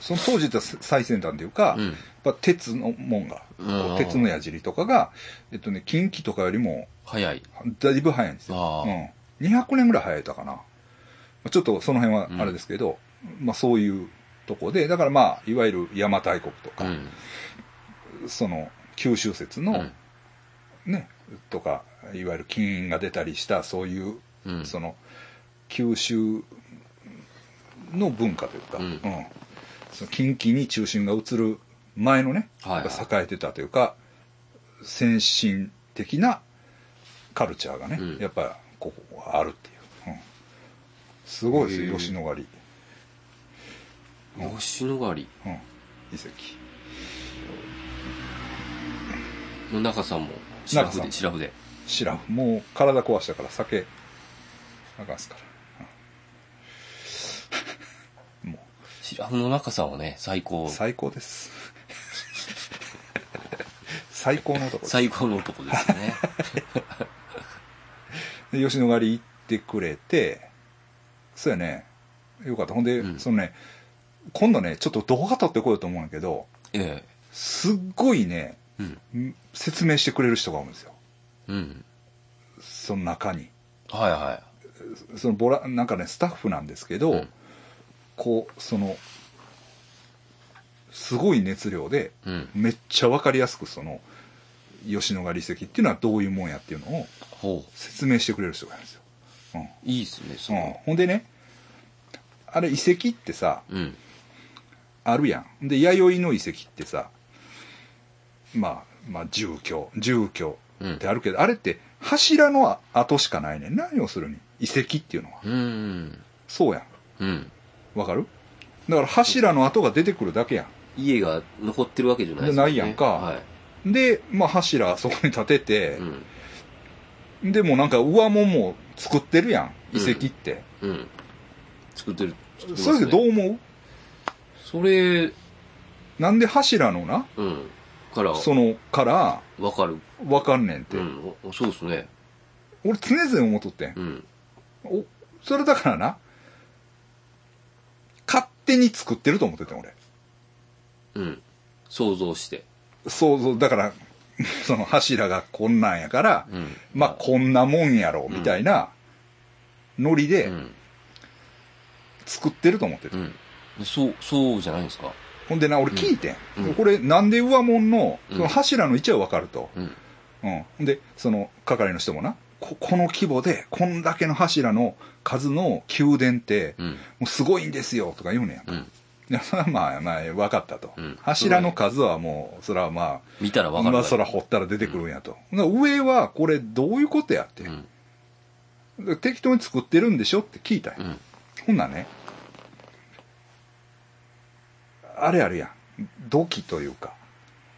[SPEAKER 1] そその当時と最先端というか、
[SPEAKER 2] う
[SPEAKER 1] やっ
[SPEAKER 2] ん
[SPEAKER 1] ぱ鉄の門が、
[SPEAKER 2] うん
[SPEAKER 1] 鉄の矢尻とかが、えっとね、近畿とかよりも
[SPEAKER 2] 早い
[SPEAKER 1] だいぶ早いんですよ、
[SPEAKER 2] ああ
[SPEAKER 1] うん、200年ぐらい早いたかなまあちょっとその辺はあれですけど、まあ、そういうとこでだからまあいわゆる邪馬台国と
[SPEAKER 2] う
[SPEAKER 1] か、
[SPEAKER 2] ん
[SPEAKER 1] その九州説
[SPEAKER 2] う
[SPEAKER 1] の、
[SPEAKER 2] ん
[SPEAKER 1] ねとかいわゆる金印が出たりしたそういう
[SPEAKER 2] うん
[SPEAKER 1] その九州の文化というか、
[SPEAKER 2] うん
[SPEAKER 1] その近畿に中心が移る前のね、
[SPEAKER 2] はいはい
[SPEAKER 1] 栄えてたというか先進的なカルチャーがね、
[SPEAKER 2] うん
[SPEAKER 1] やっぱここはあるっていう、うんすごいです
[SPEAKER 2] へえ
[SPEAKER 1] よ吉野ヶ里、
[SPEAKER 2] 吉野ヶ里
[SPEAKER 1] うん、遺跡
[SPEAKER 2] の中さんもシラ
[SPEAKER 1] 中
[SPEAKER 2] フ
[SPEAKER 1] さ
[SPEAKER 2] で
[SPEAKER 1] ん
[SPEAKER 2] シラフで
[SPEAKER 1] 知らんもう体壊したから酒あかんっすから、うんもう
[SPEAKER 2] シラフの中さんはね最高
[SPEAKER 1] 最高です最高のとこです
[SPEAKER 2] 最高の男です ね
[SPEAKER 1] で吉野ヶ里行ってくれてそうやねよかったほんで、
[SPEAKER 2] うん
[SPEAKER 1] そのね今度ねちょっと動画撮ってこようと思うんやけど
[SPEAKER 2] ええ
[SPEAKER 1] すっごいね
[SPEAKER 2] うん。
[SPEAKER 1] ん説明してくれる人がおるんですよ
[SPEAKER 2] うん。
[SPEAKER 1] その中に
[SPEAKER 2] はいは
[SPEAKER 1] そのボラなんかねスタッフなんですけど、
[SPEAKER 2] うん
[SPEAKER 1] こうそのすごい熱量で
[SPEAKER 2] い。うん。
[SPEAKER 1] めっちゃ分かりやすくその吉野ヶ里遺跡っていうのはどういうもんやっていうのを
[SPEAKER 2] ほう。
[SPEAKER 1] 説明してくれる人がいるんですよ、うん
[SPEAKER 2] いいっすね、そ
[SPEAKER 1] うん
[SPEAKER 2] の。、
[SPEAKER 1] ほんでねあれ遺跡ってさ
[SPEAKER 2] うん。
[SPEAKER 1] あるやんで弥生の遺跡ってさまあまあ住居住居
[SPEAKER 2] うん
[SPEAKER 1] ってあるけど、あれって柱の跡しかないねんな要するに遺跡っていうのは
[SPEAKER 2] うん。
[SPEAKER 1] そうやん
[SPEAKER 2] うん。
[SPEAKER 1] わかるだから柱の跡が出てくるだけや
[SPEAKER 2] 家が残ってるわけじゃないですもね
[SPEAKER 1] ないやんか
[SPEAKER 2] はい。
[SPEAKER 1] んで、まあ、柱そこに立てて
[SPEAKER 2] う、ん。
[SPEAKER 1] でもなんか上物も作ってるやん
[SPEAKER 2] うん
[SPEAKER 1] 遺跡って、
[SPEAKER 2] うん。作ってる。作って
[SPEAKER 1] それ
[SPEAKER 2] ます
[SPEAKER 1] で
[SPEAKER 2] ね
[SPEAKER 1] どう思
[SPEAKER 2] それ、
[SPEAKER 1] うなんで柱のな
[SPEAKER 2] うん。から、
[SPEAKER 1] そのから
[SPEAKER 2] わかる。
[SPEAKER 1] わかんねんって、
[SPEAKER 2] うん。おそうですね。
[SPEAKER 1] 俺常々思っとってん
[SPEAKER 2] うん。
[SPEAKER 1] おそれだからな勝手に作ってると思ってて俺
[SPEAKER 2] うん。想像して。
[SPEAKER 1] そうそうだから その柱がこんなんやから、
[SPEAKER 2] うん。
[SPEAKER 1] まあこんなもんやろみたいなノリ
[SPEAKER 2] う
[SPEAKER 1] で
[SPEAKER 2] ん。
[SPEAKER 1] 作ってると思ってて、
[SPEAKER 2] うん。そう、そうじゃないですか。
[SPEAKER 1] ほんでな俺聞いてん、
[SPEAKER 2] うん
[SPEAKER 1] これなんで上物の
[SPEAKER 2] うん
[SPEAKER 1] その柱の位置は分かると、
[SPEAKER 2] うん。
[SPEAKER 1] うん、ほんでその係の人もなここの規模でこんだけの柱の数の宮殿って
[SPEAKER 2] うん。
[SPEAKER 1] もうすごいんですよとか言うねん
[SPEAKER 2] うん。
[SPEAKER 1] いやそれはまあまあ分かったと、
[SPEAKER 2] うん
[SPEAKER 1] 柱の数はもうそれはまあ
[SPEAKER 2] 見たらわかる。
[SPEAKER 1] 今空掘ったら出てくるんやと、だから上はこれどういうことやって
[SPEAKER 2] う、ん。
[SPEAKER 1] で適当に作ってるんでしょって聞いたんや、
[SPEAKER 2] うん。
[SPEAKER 1] ほんならねあれあるやん土器というか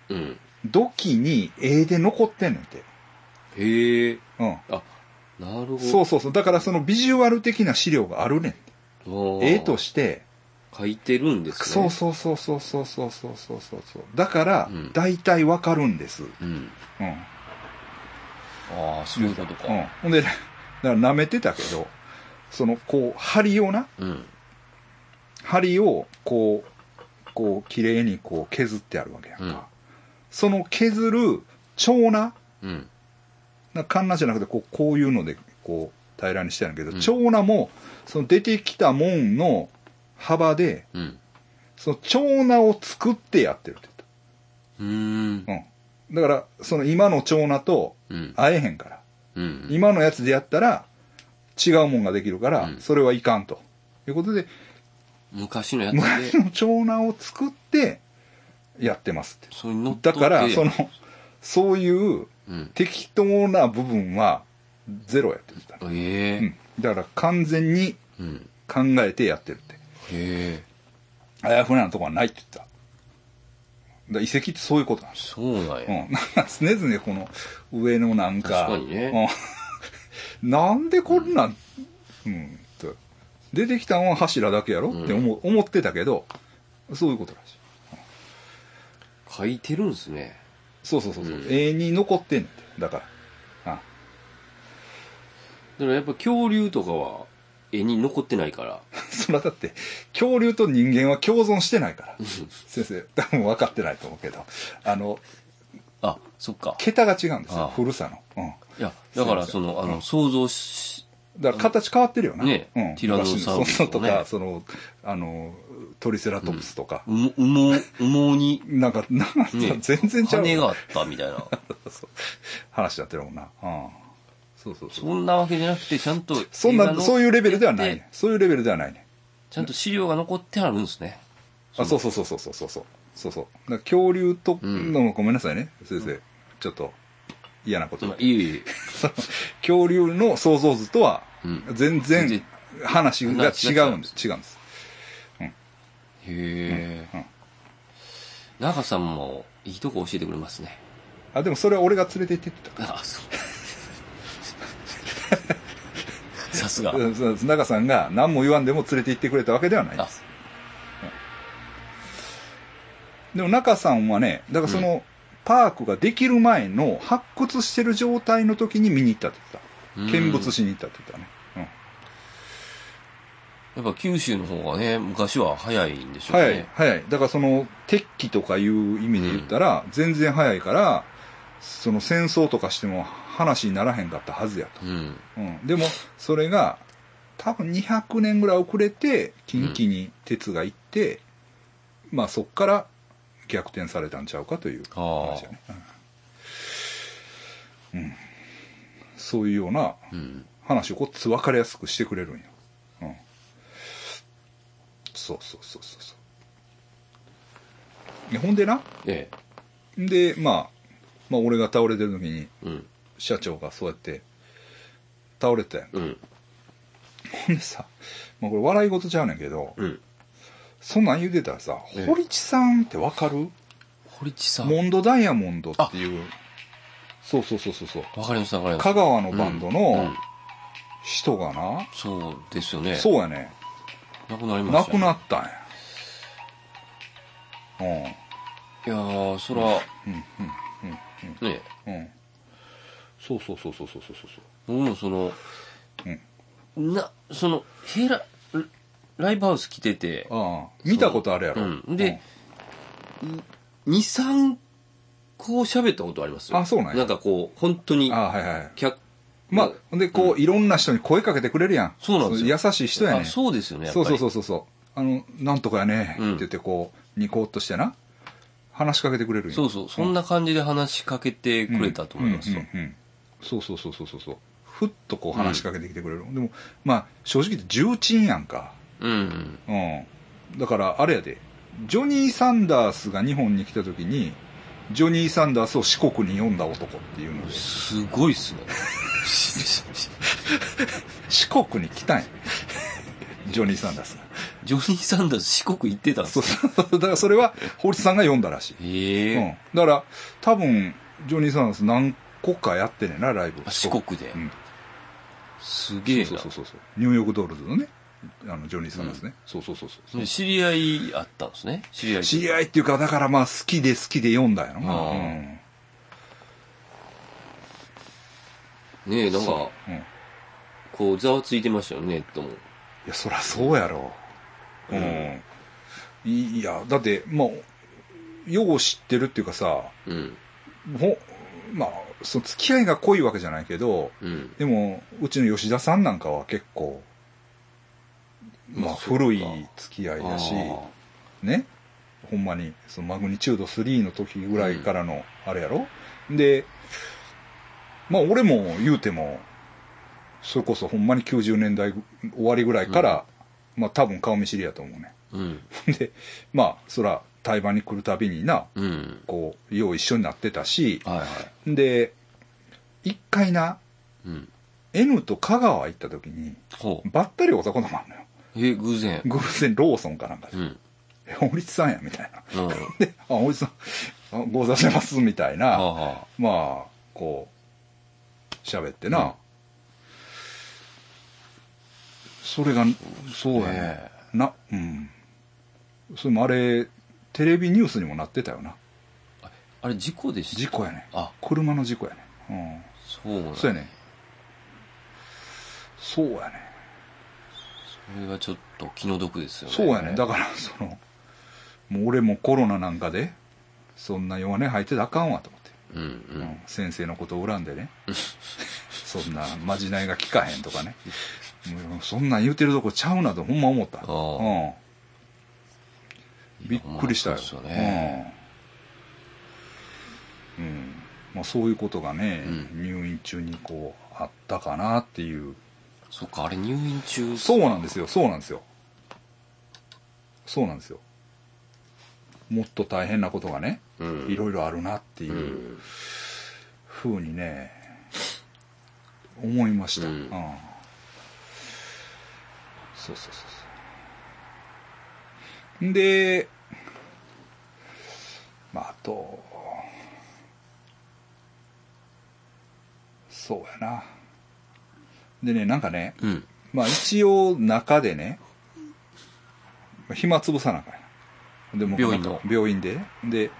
[SPEAKER 2] うん。
[SPEAKER 1] 土器に絵で残ってんねんて、
[SPEAKER 2] へえ。
[SPEAKER 1] うん、
[SPEAKER 2] あ、なるほど。
[SPEAKER 1] そうそうそうだからそのビジュアル的な資料があるねん
[SPEAKER 2] う
[SPEAKER 1] 絵として
[SPEAKER 2] 書いてるんです
[SPEAKER 1] そ
[SPEAKER 2] ね。
[SPEAKER 1] うそうそうそうそうそうそうそうそうだから
[SPEAKER 2] うん
[SPEAKER 1] 大体わかるんです、
[SPEAKER 2] う。うん。
[SPEAKER 1] うん
[SPEAKER 2] ああ、そういうことか。
[SPEAKER 1] うん、ほんで、だから舐めてたけど、その、こう、針をな、
[SPEAKER 2] うん。
[SPEAKER 1] 針を、こう、こう、綺麗にこう削ってあるわけやんか。
[SPEAKER 2] うん
[SPEAKER 1] その削る、蝶な、
[SPEAKER 2] うん。
[SPEAKER 1] なカンナじゃなくて、こう、こういうので、こう、平らにしてあるけど、
[SPEAKER 2] うん
[SPEAKER 1] 蝶なも、その出てきたもんの幅で、
[SPEAKER 2] うん。
[SPEAKER 1] その蝶なを作ってやってるって
[SPEAKER 2] うー
[SPEAKER 1] 言っ
[SPEAKER 2] ん。
[SPEAKER 1] た。うん。だから、その今の蝶なと
[SPEAKER 2] うん。
[SPEAKER 1] 会えへんから。
[SPEAKER 2] うん。
[SPEAKER 1] 今のやつでやったら違うもんができるから、
[SPEAKER 2] うん
[SPEAKER 1] それはいかんということで
[SPEAKER 2] 昔のやつ
[SPEAKER 1] 昔
[SPEAKER 2] で、
[SPEAKER 1] の長男を作ってやってますって
[SPEAKER 2] それに乗っ
[SPEAKER 1] だ
[SPEAKER 2] 取って
[SPEAKER 1] からその、そういう
[SPEAKER 2] うん。
[SPEAKER 1] 適当な部分はゼロやってた、
[SPEAKER 2] え
[SPEAKER 1] う
[SPEAKER 2] え。
[SPEAKER 1] ん、だから完全に
[SPEAKER 2] うん。
[SPEAKER 1] 考えてやってるって
[SPEAKER 2] へえ。
[SPEAKER 1] あやふやなとこはないって言ってただから遺跡ってそういうことなんです
[SPEAKER 2] そうなん
[SPEAKER 1] う
[SPEAKER 2] や。
[SPEAKER 1] ん、なんか常々この上のなんか
[SPEAKER 2] 確かにね
[SPEAKER 1] うんなんでこんなん、うん、と出てきたのは柱だけやろって思,、思ってたけどそういうことらしい
[SPEAKER 2] 書いてるんすね。
[SPEAKER 1] そうそうそうそう、
[SPEAKER 2] うん
[SPEAKER 1] 永遠に残ってんねんてだからあ
[SPEAKER 2] だからやっぱ恐竜とかは絵に残ってないから。
[SPEAKER 1] それはだって恐竜と人間は共存してないから先生多分分かってないと思うけどあの
[SPEAKER 2] あ、そっか。
[SPEAKER 1] 桁が違うんです
[SPEAKER 2] ああ
[SPEAKER 1] よ古さの、うん、
[SPEAKER 2] いや、だからその、あの、想像し、
[SPEAKER 1] だから形変わってるよな、
[SPEAKER 2] ね
[SPEAKER 1] うん、
[SPEAKER 2] ティラノサウルスと
[SPEAKER 1] と
[SPEAKER 2] かね
[SPEAKER 1] かそのあのトリセラトプスとか、
[SPEAKER 2] 羽毛、羽毛羽毛に、
[SPEAKER 1] なんか、なんか
[SPEAKER 2] ね、
[SPEAKER 1] 全然ちゃう
[SPEAKER 2] 羽があったみたいな。
[SPEAKER 1] そう話になってるもんな。うんそうそうそう。
[SPEAKER 2] そんなわけじゃなくて、ちゃんと、
[SPEAKER 1] そんな、そういうレベルではない
[SPEAKER 2] 映画の
[SPEAKER 1] ね。そういうレベルではないね。
[SPEAKER 2] ちゃんと資料が残ってあるんですね。
[SPEAKER 1] あ、そうそうそうそうそうそうそう。そうそう。だから恐竜と、
[SPEAKER 2] うん
[SPEAKER 1] のごめんなさいね、先生。ちょっと嫌なこと
[SPEAKER 2] まあ、。いえいえ。
[SPEAKER 1] 恐竜の想像図とは
[SPEAKER 2] うん。
[SPEAKER 1] 全
[SPEAKER 2] 全
[SPEAKER 1] 然
[SPEAKER 2] 然
[SPEAKER 1] 話が違うんです。違うんです。
[SPEAKER 2] へ
[SPEAKER 1] うんうん
[SPEAKER 2] え。長さんも、いいとこ教えてくれますね。
[SPEAKER 1] あ、でもそれは俺が連れて行ってってた。
[SPEAKER 2] あ、そう。 さす が。
[SPEAKER 1] うんそう中さんが何も言わんでも連れて行ってくれたわけではないで
[SPEAKER 2] あ
[SPEAKER 1] す。、でも中さんはね、だからその、パークができる前の発掘してる状態の時に見に行ったって言ってた。見物しに行ったって言ってたね。
[SPEAKER 2] やっぱ九州の方がね、昔は早いんでしょうね。
[SPEAKER 1] 早い、早い。だからその、敵機とかいう意味で言ったら、全然早いから、その戦争とかしても話にならへんかったはずやと。
[SPEAKER 2] うん。
[SPEAKER 1] うん、でも、それが、多分200年ぐらい遅れて、近畿に鉄が行って、まあそっから逆転されたんちゃうかという
[SPEAKER 2] あ
[SPEAKER 1] 話やね。うんうんそういうような
[SPEAKER 2] あ。うん。
[SPEAKER 1] 話をこっつ分かりやすくしてくれるんよ。うん。そうそうそうそうそう。いやほんでな、
[SPEAKER 2] え
[SPEAKER 1] んで、まあ、まあ俺が倒れてる時に、
[SPEAKER 2] え。うん。
[SPEAKER 1] 社長がそうやって、倒れてたやん
[SPEAKER 2] うん。
[SPEAKER 1] ほんでさ、まあこれ笑い事ちゃうねんけど、
[SPEAKER 2] うん。
[SPEAKER 1] そんなん言うてたらさ、
[SPEAKER 2] ええ
[SPEAKER 1] 堀地さんってわかる
[SPEAKER 2] 堀地さん。わ
[SPEAKER 1] モンドダイヤモンドっていう、そうそうそうそうそう。
[SPEAKER 2] かりました、わかりまし
[SPEAKER 1] 香
[SPEAKER 2] た。
[SPEAKER 1] 川のバンド
[SPEAKER 2] うんう
[SPEAKER 1] の
[SPEAKER 2] ん
[SPEAKER 1] 人がな、
[SPEAKER 2] そうですよね。
[SPEAKER 1] そうやね、
[SPEAKER 2] 亡くなりま
[SPEAKER 1] 亡
[SPEAKER 2] したよ
[SPEAKER 1] く
[SPEAKER 2] ね、
[SPEAKER 1] なったんや。うん。
[SPEAKER 2] いやー、そら、
[SPEAKER 1] うんうん
[SPEAKER 2] ね、
[SPEAKER 1] うんうんそうそうそうそうそうそうそう
[SPEAKER 2] 僕もその、な、その、ヘラ、ライブハウス来てて、
[SPEAKER 1] ああ見たことあるやろ、
[SPEAKER 2] うんで2、3個喋ったことありますよ。
[SPEAKER 1] あそうなんや
[SPEAKER 2] なんかこう、本当
[SPEAKER 1] う
[SPEAKER 2] に
[SPEAKER 1] ん、ああはいはい
[SPEAKER 2] 客、
[SPEAKER 1] まあほんでこう、いろんな人に声かけてくれるやん
[SPEAKER 2] そうなんですよ
[SPEAKER 1] 優しい人やね
[SPEAKER 2] あ
[SPEAKER 1] ん
[SPEAKER 2] そうですよね、やっぱ
[SPEAKER 1] そう
[SPEAKER 2] り。
[SPEAKER 1] そうそうそうそうあのなんとかやね、
[SPEAKER 2] うん
[SPEAKER 1] って言ってこうニコッとしてな話しかけてくれるんや
[SPEAKER 2] そうそう、そんな感じで話しかけてくれたと思いますよ。
[SPEAKER 1] うんうんうんうんそうそうそうそうそうそうふっとこう話しかけてきてくれる、でもまあ正直言って重鎮やんか
[SPEAKER 2] うんうん。
[SPEAKER 1] うん、だからあれやでジョニー・サンダースが日本に来た時にジョニー・サンダースを四国に呼んだ男っていうのです
[SPEAKER 2] ごいっ すね。
[SPEAKER 1] 四国に来たんやジョニー・サンダースが
[SPEAKER 2] ジョニー・サンダース四国行ってたんです
[SPEAKER 1] そう
[SPEAKER 2] よ
[SPEAKER 1] そうそうだからそれは堀さんが呼んだらしい、
[SPEAKER 2] へ
[SPEAKER 1] う
[SPEAKER 2] え、
[SPEAKER 1] ん、だから多分ジョニー・サンダース何個かやってんねんなライブ
[SPEAKER 2] あ四国で。
[SPEAKER 1] うん
[SPEAKER 2] すげえな
[SPEAKER 1] そうそうそうそうニューヨークドールズのねあのジョニー・サンダースね、そうそうそうそう
[SPEAKER 2] で知り合いあったんですね。知り合い。
[SPEAKER 1] 知り合いっていうかだからまあ好きで好きで読んだんやろな
[SPEAKER 2] あー
[SPEAKER 1] うん
[SPEAKER 2] ねえ、なんか、
[SPEAKER 1] うん、い
[SPEAKER 2] こう、ざわついてましたよね、ネットも。
[SPEAKER 1] やそりゃそうやろ
[SPEAKER 2] う
[SPEAKER 1] うんん、いいやだってまあよう知ってるっていうかさ
[SPEAKER 2] うん。
[SPEAKER 1] ほまあその付き合いが濃いわけじゃないけど
[SPEAKER 2] うん。
[SPEAKER 1] でもうちの吉田さんなんかは結構、ま
[SPEAKER 2] ま
[SPEAKER 1] あ、
[SPEAKER 2] あそうか
[SPEAKER 1] 古い付き合いだし
[SPEAKER 2] あ
[SPEAKER 1] ねほんまにそのマグニチュード3の時ぐらいからのあれやろ、でまあ俺も言うてもそれこそほんまに90年代終わりぐらいから、まあ多分顔見知りやと思うね
[SPEAKER 2] ーうん。
[SPEAKER 1] でまあそら対バンに来るたびにな
[SPEAKER 2] うん。
[SPEAKER 1] こうよう一緒になってたし
[SPEAKER 2] はいはい。
[SPEAKER 1] で一回な
[SPEAKER 2] うん。
[SPEAKER 1] N と香川行った時に
[SPEAKER 2] ほう。
[SPEAKER 1] ばったり会うたこともあるのよ
[SPEAKER 2] え、偶然。
[SPEAKER 1] 偶然ローソンかなんかで
[SPEAKER 2] うん。
[SPEAKER 1] 「え堀内さんや」みたいな
[SPEAKER 2] うん。は
[SPEAKER 1] 「で あ堀内さんあご無沙汰してます」みたい
[SPEAKER 2] あ
[SPEAKER 1] な
[SPEAKER 2] は
[SPEAKER 1] まあこう喋ってな、
[SPEAKER 2] うん
[SPEAKER 1] それがそうやね
[SPEAKER 2] ね
[SPEAKER 1] なうんそれもあれテレビニュースにもなってたよな
[SPEAKER 2] あ。あれ、事故でした
[SPEAKER 1] 事故やね
[SPEAKER 2] あ、
[SPEAKER 1] 車の事故やね
[SPEAKER 2] そうなん
[SPEAKER 1] う
[SPEAKER 2] だ
[SPEAKER 1] んそうやねそうやね
[SPEAKER 2] それはちょっと気の毒ですよね。
[SPEAKER 1] そうやねだからそのもう俺もコロナなんかでそんな弱音吐いてたらあかんわと思って、
[SPEAKER 2] うんう
[SPEAKER 1] うん
[SPEAKER 2] ん。
[SPEAKER 1] 先生のことを恨んでね そんなまじないが効かへんとかねもうそんなん言うてるとこちゃうなとほんま思った
[SPEAKER 2] あー
[SPEAKER 1] うん、びっくりしたよ
[SPEAKER 2] いやほんまそうですよね
[SPEAKER 1] うんうんまあ、そういうことがね、
[SPEAKER 2] うん
[SPEAKER 1] 入院中にこうあったかなっていう
[SPEAKER 2] そっか、あれ入院中。
[SPEAKER 1] そうなんですよそうなんですよそうなんですよもっと大変なことがね
[SPEAKER 2] うん。。
[SPEAKER 1] いろいろあるなっていううんふうにね、思いました、
[SPEAKER 2] う
[SPEAKER 1] うんんそうそうそうそうんでまああとそうやなでねなんかね
[SPEAKER 2] うん。
[SPEAKER 1] まあ一応中でね、暇つぶさなあかんやんでも
[SPEAKER 2] 病院の
[SPEAKER 1] 病院でね。で、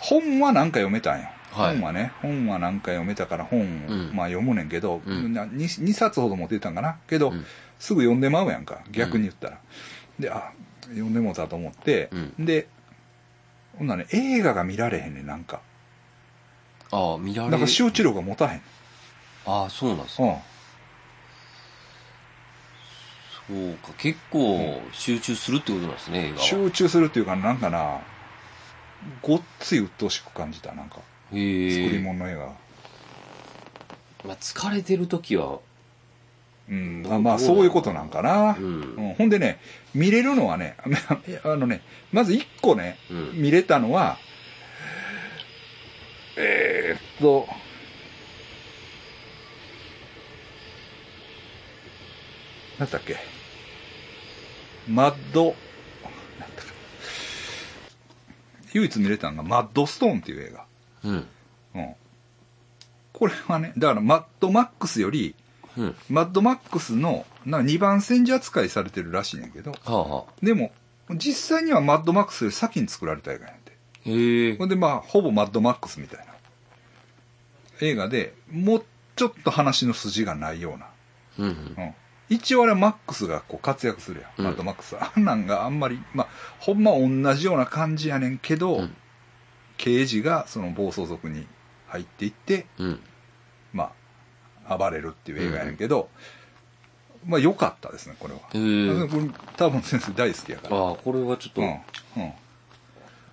[SPEAKER 1] 本はなんか読めたんよ。
[SPEAKER 2] はい
[SPEAKER 1] 本はね本は何回読めたから本、
[SPEAKER 2] ん
[SPEAKER 1] まあ読むねんけど、
[SPEAKER 2] うん
[SPEAKER 1] な 2, 冊ほど持ってたんかなけど、
[SPEAKER 2] うん
[SPEAKER 1] すぐ読んでまうやんか逆に言ったら、であ読んでもうたと思って、でほんならね映画が見られへんねんなんか
[SPEAKER 2] ああ見られ
[SPEAKER 1] なんか集中力が持たへん
[SPEAKER 2] ああそうなんですか
[SPEAKER 1] うん
[SPEAKER 2] そうか結構集中するってことなんですね映画は
[SPEAKER 1] 集中するっていうかなんかなごっつい鬱陶しく感じたなんか作
[SPEAKER 2] へ
[SPEAKER 1] り
[SPEAKER 2] え、
[SPEAKER 1] 物の映画が
[SPEAKER 2] まあ、疲れてる時は
[SPEAKER 1] うん
[SPEAKER 2] どう
[SPEAKER 1] あまあ
[SPEAKER 2] どうなの
[SPEAKER 1] そういうことなんかな、
[SPEAKER 2] う
[SPEAKER 1] うんんほんでね見れるのはね あのねまず1個ね
[SPEAKER 2] うん
[SPEAKER 1] 見れたのはえーっとなんだっけマッドなんだっけ唯一見れたのがマッドストーンっていう映画
[SPEAKER 2] うん
[SPEAKER 1] うんこれはねだからマッドマックスより
[SPEAKER 2] うん
[SPEAKER 1] マッドマックスのな2番戦時扱いされてるらしいんやけど
[SPEAKER 2] はあはあ
[SPEAKER 1] でも実際にはマッドマックスより先に作られた映画やんて
[SPEAKER 2] へえ
[SPEAKER 1] ほんでまあほぼマッドマックスみたいな映画でもうちょっと話の筋がないよう
[SPEAKER 2] うんうん
[SPEAKER 1] な、うん、一応あれマックスがこう活躍するやん、
[SPEAKER 2] うん
[SPEAKER 1] マッドマックスあんなんがあんまりまあほんま同じような感じやねんけど、
[SPEAKER 2] うん
[SPEAKER 1] 刑事がその暴走族に入っていって
[SPEAKER 2] うん
[SPEAKER 1] まあ暴れるっていう映画やねんけど、まあ良かったですねこれは、
[SPEAKER 2] へえ
[SPEAKER 1] これ多分先生大好きやから
[SPEAKER 2] ああこれはちょっと
[SPEAKER 1] うんうん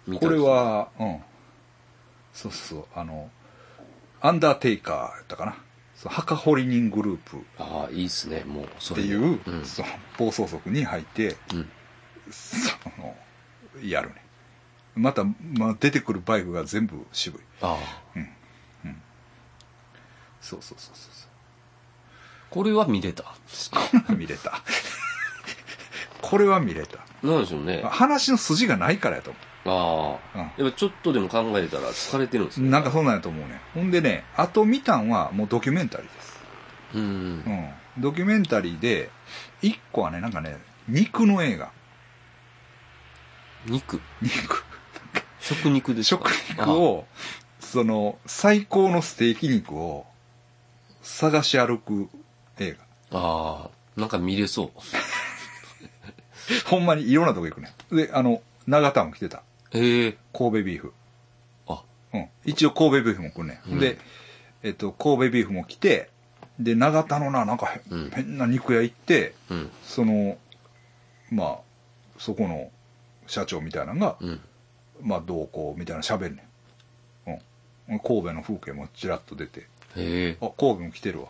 [SPEAKER 2] 見た
[SPEAKER 1] これ
[SPEAKER 2] いですね
[SPEAKER 1] は、うん。そうそうそう、あの、アンダーテイカーやったかな。その墓掘り人グループっ
[SPEAKER 2] ああいいっすねもうそ
[SPEAKER 1] て
[SPEAKER 2] れ
[SPEAKER 1] い
[SPEAKER 2] も
[SPEAKER 1] う、
[SPEAKER 2] うん
[SPEAKER 1] その暴走族に入って、
[SPEAKER 2] うん
[SPEAKER 1] その、やるね。また、まあ、出てくるバイクが全部渋い。
[SPEAKER 2] ああ
[SPEAKER 1] そうそうそうそう
[SPEAKER 2] これは見れた
[SPEAKER 1] そう。 これは見れた。これは見れた。
[SPEAKER 2] なんでしょうねあ
[SPEAKER 1] 話の筋がないからやと思う
[SPEAKER 2] あ
[SPEAKER 1] ん
[SPEAKER 2] やっぱちょっとでも考えてたら疲れてるんです
[SPEAKER 1] う。
[SPEAKER 2] ね
[SPEAKER 1] なんかそうなんやと思うね。ほんでね、あと見たんはもうドキュメンタリーです。
[SPEAKER 2] うん
[SPEAKER 1] うん、ドキュメンタリーで1個はねなんかね肉の映画
[SPEAKER 2] 肉
[SPEAKER 1] 肉
[SPEAKER 2] 食肉ですか
[SPEAKER 1] 食肉をその最高のステーキ肉を探し歩く映
[SPEAKER 2] ああなんか見れそう
[SPEAKER 1] 画ほんまにいろんなとこ行くねであの長田も来てた
[SPEAKER 2] へえ
[SPEAKER 1] 神戸ビーフ、
[SPEAKER 2] あ
[SPEAKER 1] うん、一応神戸ビーフも来るね、
[SPEAKER 2] うん
[SPEAKER 1] で、えっと、神戸ビーフも来てで長田のななんかへ、
[SPEAKER 2] うん
[SPEAKER 1] 変な肉屋行って
[SPEAKER 2] うん
[SPEAKER 1] そのまあそこの社長みたいなのが
[SPEAKER 2] うん
[SPEAKER 1] まあ、同行みたいな喋んねん、うん、神戸の風景もちらっと出て
[SPEAKER 2] へえ
[SPEAKER 1] あ神戸も来てるわ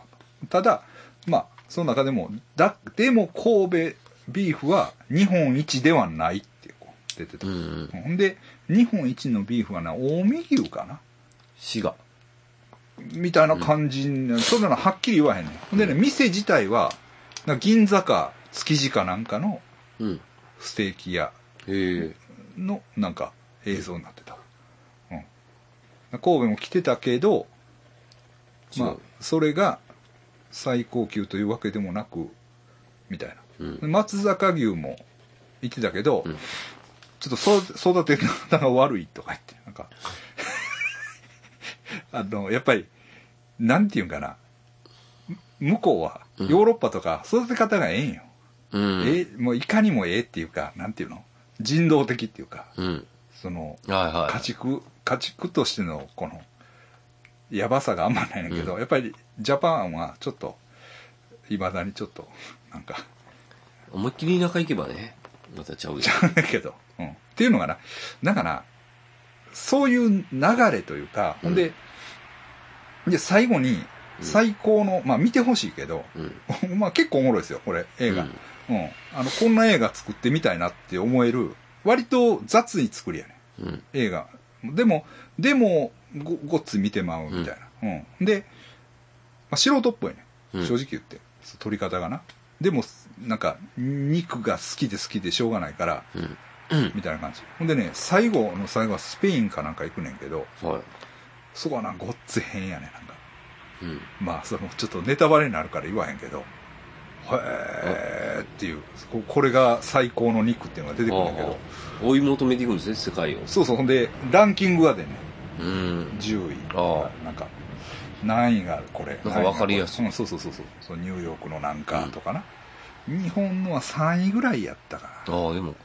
[SPEAKER 1] ただまあその中でもだでも神戸ビーフは日本一ではないってこう出てた、
[SPEAKER 2] う
[SPEAKER 1] うん
[SPEAKER 2] うんん
[SPEAKER 1] で日本一のビーフはな近江牛かな
[SPEAKER 2] 滋賀
[SPEAKER 1] みたいな感じ、そんなのはっきり言わへんねんほんでね店自体はなんか銀座か築地かなんかの
[SPEAKER 2] うん
[SPEAKER 1] ステーキ屋
[SPEAKER 2] へえ
[SPEAKER 1] のなんか映像になってた、うん、神戸も来てたけど、まあ
[SPEAKER 2] そう、
[SPEAKER 1] それが最高級というわけでもなくみたいな、
[SPEAKER 2] うん
[SPEAKER 1] 松坂牛も行ってたけど、
[SPEAKER 2] うん
[SPEAKER 1] ちょっとそ育て方が悪いとか言ってなんか あのやっぱりなんていうんかなむ向こうは
[SPEAKER 2] うん
[SPEAKER 1] ヨーロッパとか育て方がええんよ、
[SPEAKER 2] うん
[SPEAKER 1] ええもういかにもええっていうかなんていうの人道的っていうか
[SPEAKER 2] うん
[SPEAKER 1] その
[SPEAKER 2] はいはい
[SPEAKER 1] 家畜家畜としてのこのやばさがあんまないんだけど、
[SPEAKER 2] う
[SPEAKER 1] やっぱりジャパンはちょっといまだにちょっとなんか
[SPEAKER 2] 思いっきり田舎行けばねまたちゃうで
[SPEAKER 1] ちゃうんだけど、うん、っていうのがなだからそういう流れというかほんで,、で最後に
[SPEAKER 2] うん
[SPEAKER 1] 最高の、まあ見てほしいけど
[SPEAKER 2] うん
[SPEAKER 1] まあ結構おもろいですよこれ映画、
[SPEAKER 2] う
[SPEAKER 1] うんんあのこんな映画作ってみたいなって思える割と雑に作りやね
[SPEAKER 2] うん
[SPEAKER 1] 映画でもでもごごっつ見てまうみたいな、うんで、まあ、素人っぽいね、
[SPEAKER 2] うん
[SPEAKER 1] 正直言ってそう撮り方がなでもなんか肉が好きで好きでしょうがないから
[SPEAKER 2] うん
[SPEAKER 1] みたいな感じほんでね最後の最後はスペインかなんか行くねんけど
[SPEAKER 2] は
[SPEAKER 1] そこはなごっつ変やねなんか
[SPEAKER 2] いうん
[SPEAKER 1] まあそのちょっとネタバレになるから言わへんけどへーっていうここれが最高の肉っていうのが出てくるんだけ
[SPEAKER 2] はあは
[SPEAKER 1] ど
[SPEAKER 2] あ追い求めていくんですね世界を
[SPEAKER 1] そうそうほんでランキングが出んねん
[SPEAKER 2] うん。
[SPEAKER 1] 10位
[SPEAKER 2] あ
[SPEAKER 1] なんか何位があるこれ
[SPEAKER 2] なんかわかりやすい
[SPEAKER 1] うんそうそうそうそうそうニューヨークのなんかとかな、日本のは3位ぐらいやったか
[SPEAKER 2] ああ、でも、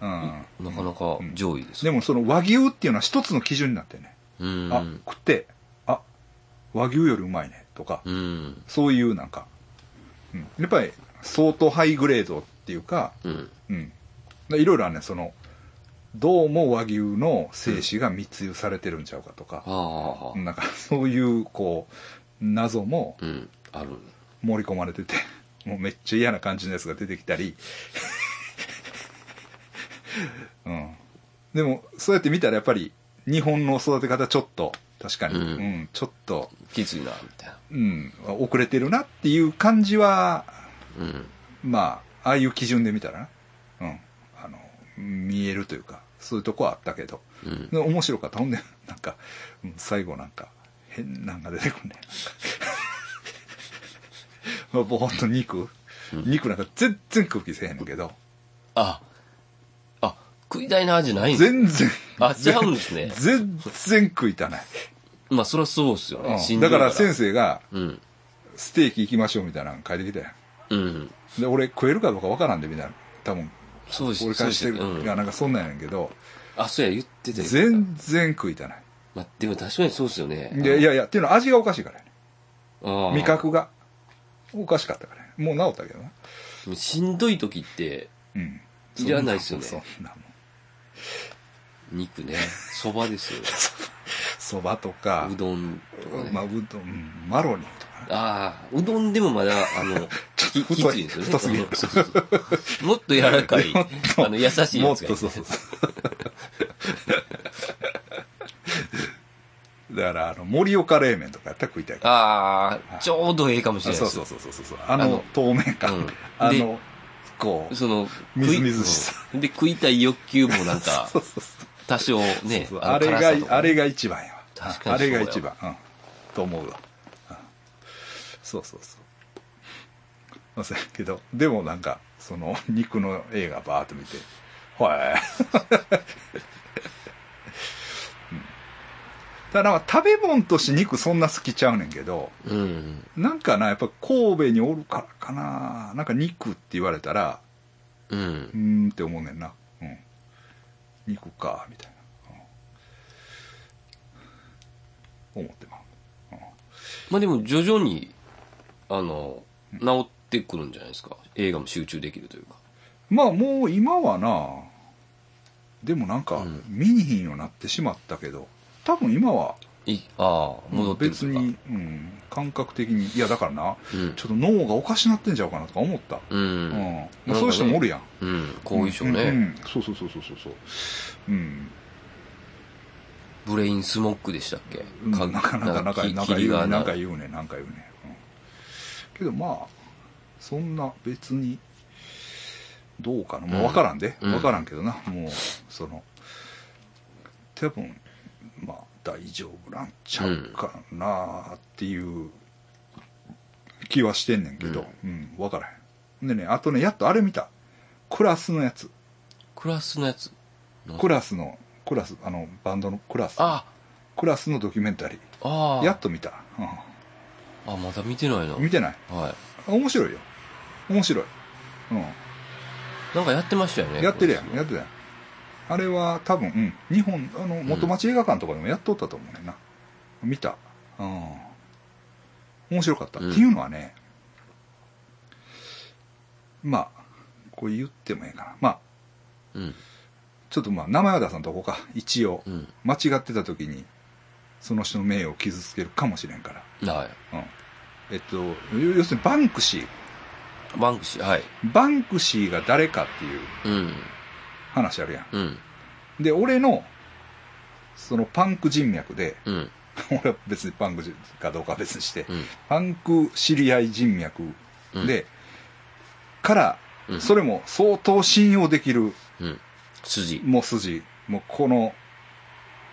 [SPEAKER 1] な、うん
[SPEAKER 2] なかなか上位です。
[SPEAKER 1] でもその和牛っていうのは一つの基準になってね、
[SPEAKER 2] うん。
[SPEAKER 1] あ食ってあ和牛よりうまいねとか、
[SPEAKER 2] うん。
[SPEAKER 1] そういうなんか、うん、やっぱり相当ハイグレードっていうか
[SPEAKER 2] うん。
[SPEAKER 1] うんでいろいろあるねそのどうも和牛の精子が密輸されてるんちゃうかとか、
[SPEAKER 2] ああ。
[SPEAKER 1] なんかそういうこう謎も
[SPEAKER 2] うん。ある。
[SPEAKER 1] 盛り込まれてて もうめっちゃ嫌な感じのやつが出てきたり、 うん、でもそうやって見たらやっぱり日本の育て方ちょっと確かに、う
[SPEAKER 2] うんん
[SPEAKER 1] ちょっと、
[SPEAKER 2] きついな、みたいな。
[SPEAKER 1] うん、遅れてるなっていう感じは
[SPEAKER 2] うん。
[SPEAKER 1] まあああいう基準で見たらな、うん、あの見えるというかそういうとこはあったけど
[SPEAKER 2] うん。
[SPEAKER 1] で面白かったほんでなんかうん最後なんか変なんか出てくんねまあぼほんと肉、肉なんか全然空気せえへんねんけど
[SPEAKER 2] あ、あ、食いたいな味ないんだ
[SPEAKER 1] 全然
[SPEAKER 2] あ、違うんですね。
[SPEAKER 1] 全然食いたない、
[SPEAKER 2] まあ、そりゃそうっすよ
[SPEAKER 1] う
[SPEAKER 2] ね。死
[SPEAKER 1] ん、
[SPEAKER 2] んで
[SPEAKER 1] だ
[SPEAKER 2] る
[SPEAKER 1] から先生が
[SPEAKER 2] うん。
[SPEAKER 1] 「ステーキ行きましょう」みたいなの書いてきたや
[SPEAKER 2] うん。
[SPEAKER 1] んで俺食えるかどうかわからんでみたいな多分
[SPEAKER 2] そうです
[SPEAKER 1] 俺
[SPEAKER 2] そ
[SPEAKER 1] 返
[SPEAKER 2] うで
[SPEAKER 1] して
[SPEAKER 2] す
[SPEAKER 1] る
[SPEAKER 2] うん
[SPEAKER 1] いやなんかそんなんやねんけど
[SPEAKER 2] あ、そうや、言ってて。
[SPEAKER 1] 全然食いたない
[SPEAKER 2] まあ、でも確かにそうっすよね。
[SPEAKER 1] でいやいやっていうのは味がおかしいからやね
[SPEAKER 2] ああ、
[SPEAKER 1] 味覚がおかしかったからやねもう治ったけどな
[SPEAKER 2] でもしんどい時って、
[SPEAKER 1] うん
[SPEAKER 2] いらないっすよね
[SPEAKER 1] そんなもん
[SPEAKER 2] 肉ね、そばですよ。
[SPEAKER 1] そばとか
[SPEAKER 2] う、どんとかね。
[SPEAKER 1] まあ、うどんうん、マロニーとかね。
[SPEAKER 2] ああ、うどんでもまだ、あの、
[SPEAKER 1] ちょ
[SPEAKER 2] き
[SPEAKER 1] っと
[SPEAKER 2] きつ
[SPEAKER 1] 太い
[SPEAKER 2] いですよね。
[SPEAKER 1] 太すぎる
[SPEAKER 2] そうそうそうもっと柔らか い、あの、優しい
[SPEAKER 1] も
[SPEAKER 2] や
[SPEAKER 1] っ
[SPEAKER 2] つが
[SPEAKER 1] とそうそうそう。だから、あの、盛岡冷麺とかやったら食いたいから。
[SPEAKER 2] ああ、ちょうどええかもし
[SPEAKER 1] あ
[SPEAKER 2] れない
[SPEAKER 1] そ
[SPEAKER 2] で
[SPEAKER 1] う
[SPEAKER 2] す
[SPEAKER 1] そう。そうそうそう。あ
[SPEAKER 2] あ
[SPEAKER 1] の
[SPEAKER 2] の、
[SPEAKER 1] 透明感。
[SPEAKER 2] うん
[SPEAKER 1] あ
[SPEAKER 2] で
[SPEAKER 1] の、こう、
[SPEAKER 2] その、
[SPEAKER 1] みずみず
[SPEAKER 2] 食い
[SPEAKER 1] しさ
[SPEAKER 2] うんで、食いたい欲求もなんか
[SPEAKER 1] そ、うそうそう
[SPEAKER 2] 多少ね
[SPEAKER 1] そう、あ
[SPEAKER 2] の
[SPEAKER 1] れ
[SPEAKER 2] 辛さと
[SPEAKER 1] が、
[SPEAKER 2] か
[SPEAKER 1] あ
[SPEAKER 2] ね
[SPEAKER 1] れが一番やわ。
[SPEAKER 2] 確
[SPEAKER 1] あ
[SPEAKER 2] かにそ
[SPEAKER 1] れ
[SPEAKER 2] うや
[SPEAKER 1] が
[SPEAKER 2] わ
[SPEAKER 1] 一番。うん。と思うわ。うんそうそうそう。まあ、そうやけど、でもなんか、その、肉の映画バーっと見て、はい。 うんただなんか食べ物として肉そんな好きちゃうねんけど、
[SPEAKER 2] うん。
[SPEAKER 1] なんかな、やっぱ神戸におるからかな、なんか肉って言われたら、
[SPEAKER 2] うん
[SPEAKER 1] う。ーんって思うねんな。うん。肉か、みたいな。うん、思ってまう。
[SPEAKER 2] まあでも徐々に、あの、治ってくるんじゃないですか。映画も集中できるというか。
[SPEAKER 1] まあもう今はな、でもなんか
[SPEAKER 2] うん
[SPEAKER 1] 見にひんようになってしまったけど、多分今はい
[SPEAKER 2] ああ、戻ってると
[SPEAKER 1] 別
[SPEAKER 2] いうか。
[SPEAKER 1] に、うん、感覚的に、いやだからな、
[SPEAKER 2] うん
[SPEAKER 1] ちょっと脳がおかしなってんちゃうかなとか思った。
[SPEAKER 2] う
[SPEAKER 1] うん。
[SPEAKER 2] ん。
[SPEAKER 1] まあ、そういう人もおるやん。
[SPEAKER 2] うん。後遺症
[SPEAKER 1] うんうんう
[SPEAKER 2] ね。
[SPEAKER 1] んそうそうそうそうそうそう。うん。
[SPEAKER 2] ブレインスモックでしたっけ
[SPEAKER 1] うんなんか なんかなんか
[SPEAKER 2] き
[SPEAKER 1] なんか
[SPEAKER 2] 霧
[SPEAKER 1] 言う
[SPEAKER 2] が
[SPEAKER 1] ね
[SPEAKER 2] な
[SPEAKER 1] なんか言うねなんか言うね、うんけどまあそんな別にどうかなもう分からんで、
[SPEAKER 2] うん
[SPEAKER 1] 分からんけどなもうその多分まあ大丈夫なんちゃうかなっていう気はしてんねんけど、うん分からへんでねあとねやっとあれ見たクラスのやつ
[SPEAKER 2] クラスのやつ。
[SPEAKER 1] クラスのクラスあのバンドのクラス
[SPEAKER 2] あ
[SPEAKER 1] クラスのドキュメンタリ
[SPEAKER 2] あ、あ
[SPEAKER 1] ー
[SPEAKER 2] あ。
[SPEAKER 1] やっと見た、うん
[SPEAKER 2] あ、まだ見てないな。
[SPEAKER 1] 見てない
[SPEAKER 2] は
[SPEAKER 1] 面白いよ面白い、う
[SPEAKER 2] い。なんかやってましたよね。
[SPEAKER 1] ん、やってるや
[SPEAKER 2] こ
[SPEAKER 1] ん
[SPEAKER 2] の人
[SPEAKER 1] やってたやんあれは多分、うん、日本あの元町映画館とかでもやっとったと思うねんな、見たうん面白かった、
[SPEAKER 2] うん
[SPEAKER 1] っていうのはねまあこれ言ってもええかなまあ
[SPEAKER 2] うん。
[SPEAKER 1] ちょっとまあ名前は出さんとこか一応、
[SPEAKER 2] うん。
[SPEAKER 1] 間違ってた時にその人の名誉を傷つけるかもしれんから、
[SPEAKER 2] は
[SPEAKER 1] うん、えっと要するにバンクシー
[SPEAKER 2] い。バンクシー、はい。
[SPEAKER 1] バンクシーが誰かっていう
[SPEAKER 2] うん。
[SPEAKER 1] 話あるやん。
[SPEAKER 2] うん。
[SPEAKER 1] で、俺の、そのパンク人脈で、
[SPEAKER 2] うん。
[SPEAKER 1] 俺は別にパンク人かどうかは別にして、
[SPEAKER 2] うん。
[SPEAKER 1] パンク知り合い人脈
[SPEAKER 2] うん
[SPEAKER 1] で、から、
[SPEAKER 2] うん
[SPEAKER 1] それも相当信用できる、
[SPEAKER 2] うん。筋。
[SPEAKER 1] もう筋、もうこの、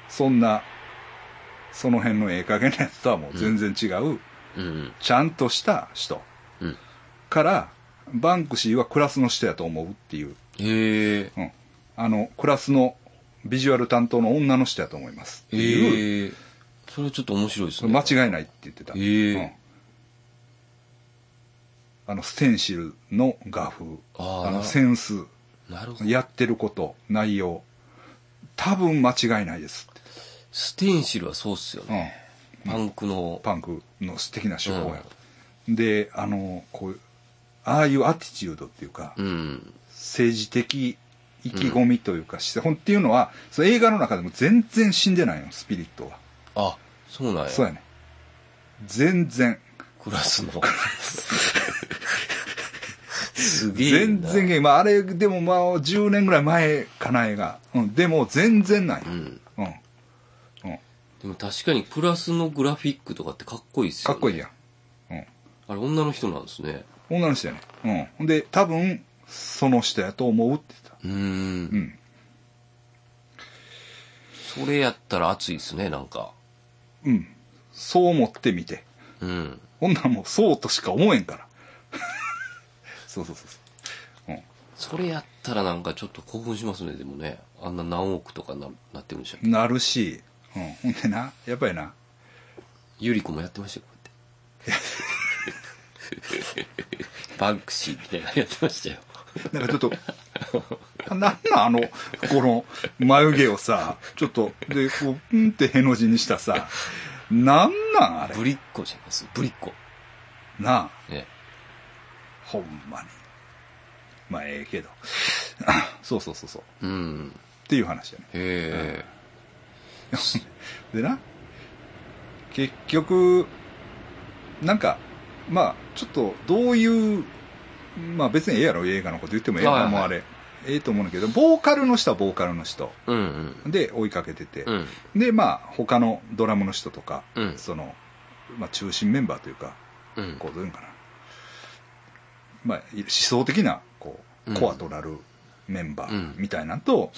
[SPEAKER 1] そんな、その辺のええ加減なやつとはもう全然違う、
[SPEAKER 2] うん。
[SPEAKER 1] ちゃんとした人
[SPEAKER 2] うん。
[SPEAKER 1] から、バンクシーはクラスの人やと思うっていう
[SPEAKER 2] へえ。
[SPEAKER 1] うん、あのクラスのビジュアル担当の女の人やと思いますっていう、
[SPEAKER 2] ええそれはちょっと面白いですね。
[SPEAKER 1] 間違いないって言ってた、
[SPEAKER 2] えー
[SPEAKER 1] うんあのステンシルの画風
[SPEAKER 2] あー
[SPEAKER 1] あのセンス
[SPEAKER 2] なるほど。
[SPEAKER 1] やってること内容多分間違いないですって
[SPEAKER 2] ステンシルはそうっすよね。パンクの。
[SPEAKER 1] パンクの素敵な手法や、であのこういうああいうアティチュードっていうか、
[SPEAKER 2] うん。
[SPEAKER 1] 政治的意気込みというかして、ほんっていうのはその映画の中でも全然死んでないのスピリットは、
[SPEAKER 2] あ、そうなんや。
[SPEAKER 1] そうやね全然
[SPEAKER 2] クラ スの。すげえ
[SPEAKER 1] 全
[SPEAKER 2] な。
[SPEAKER 1] 然ゲームまああれでもまあ10年ぐらい前かな映画、うん、でも全然ない、う
[SPEAKER 2] うんん。でも確かにクラスのグラフィックとかってかっこいいっすよ、
[SPEAKER 1] か
[SPEAKER 2] ね。
[SPEAKER 1] っこいいやん、うん、
[SPEAKER 2] あれ女の人なんですね。
[SPEAKER 1] 女の人やねうんほんで多分その人やと思うって言ってた
[SPEAKER 2] うーん
[SPEAKER 1] う。ん
[SPEAKER 2] それやったら熱いですね、なんか。
[SPEAKER 1] うんそう思ってみて
[SPEAKER 2] うん。
[SPEAKER 1] ほんなんもうそうとしか思えんから そうそうそうそう、うん
[SPEAKER 2] それやったらなんかちょっと興奮しますね、でもね。あんな何億とかななってるんでしょ。
[SPEAKER 1] なるし、うん、ほんでなやっぱりな
[SPEAKER 2] ゆり子もやってましたよ、こ うやって。バンクシーみたいなのやってましたよ。
[SPEAKER 1] なんかちょっとなんなんあのこの眉毛をさちょっとでこううんってへの字にしたさなんなんあれ
[SPEAKER 2] ぶりっ子じゃないです。ぶりっ子。
[SPEAKER 1] なあ
[SPEAKER 2] ね。
[SPEAKER 1] ほんまにまあええけど そうそうそうそう
[SPEAKER 2] うん。
[SPEAKER 1] っていう話やね
[SPEAKER 2] へ
[SPEAKER 1] でな結局なんかまあちょっとどういうまあ別にええやろ映画のこと言ってもええ、
[SPEAKER 2] はいはい
[SPEAKER 1] もうあれええと思うんだけどボーカルの人はボーカルの人
[SPEAKER 2] え。うんうん。
[SPEAKER 1] で追いかけてて、
[SPEAKER 2] うん。
[SPEAKER 1] でまあ他のドラムの人とか、
[SPEAKER 2] うん
[SPEAKER 1] その、まあ、中心メンバーというか
[SPEAKER 2] うん。
[SPEAKER 1] こうどういうんかな、まあ、思想的なこ
[SPEAKER 2] う
[SPEAKER 1] うんコアとなるメンバ
[SPEAKER 2] うん
[SPEAKER 1] ーみたいなんと、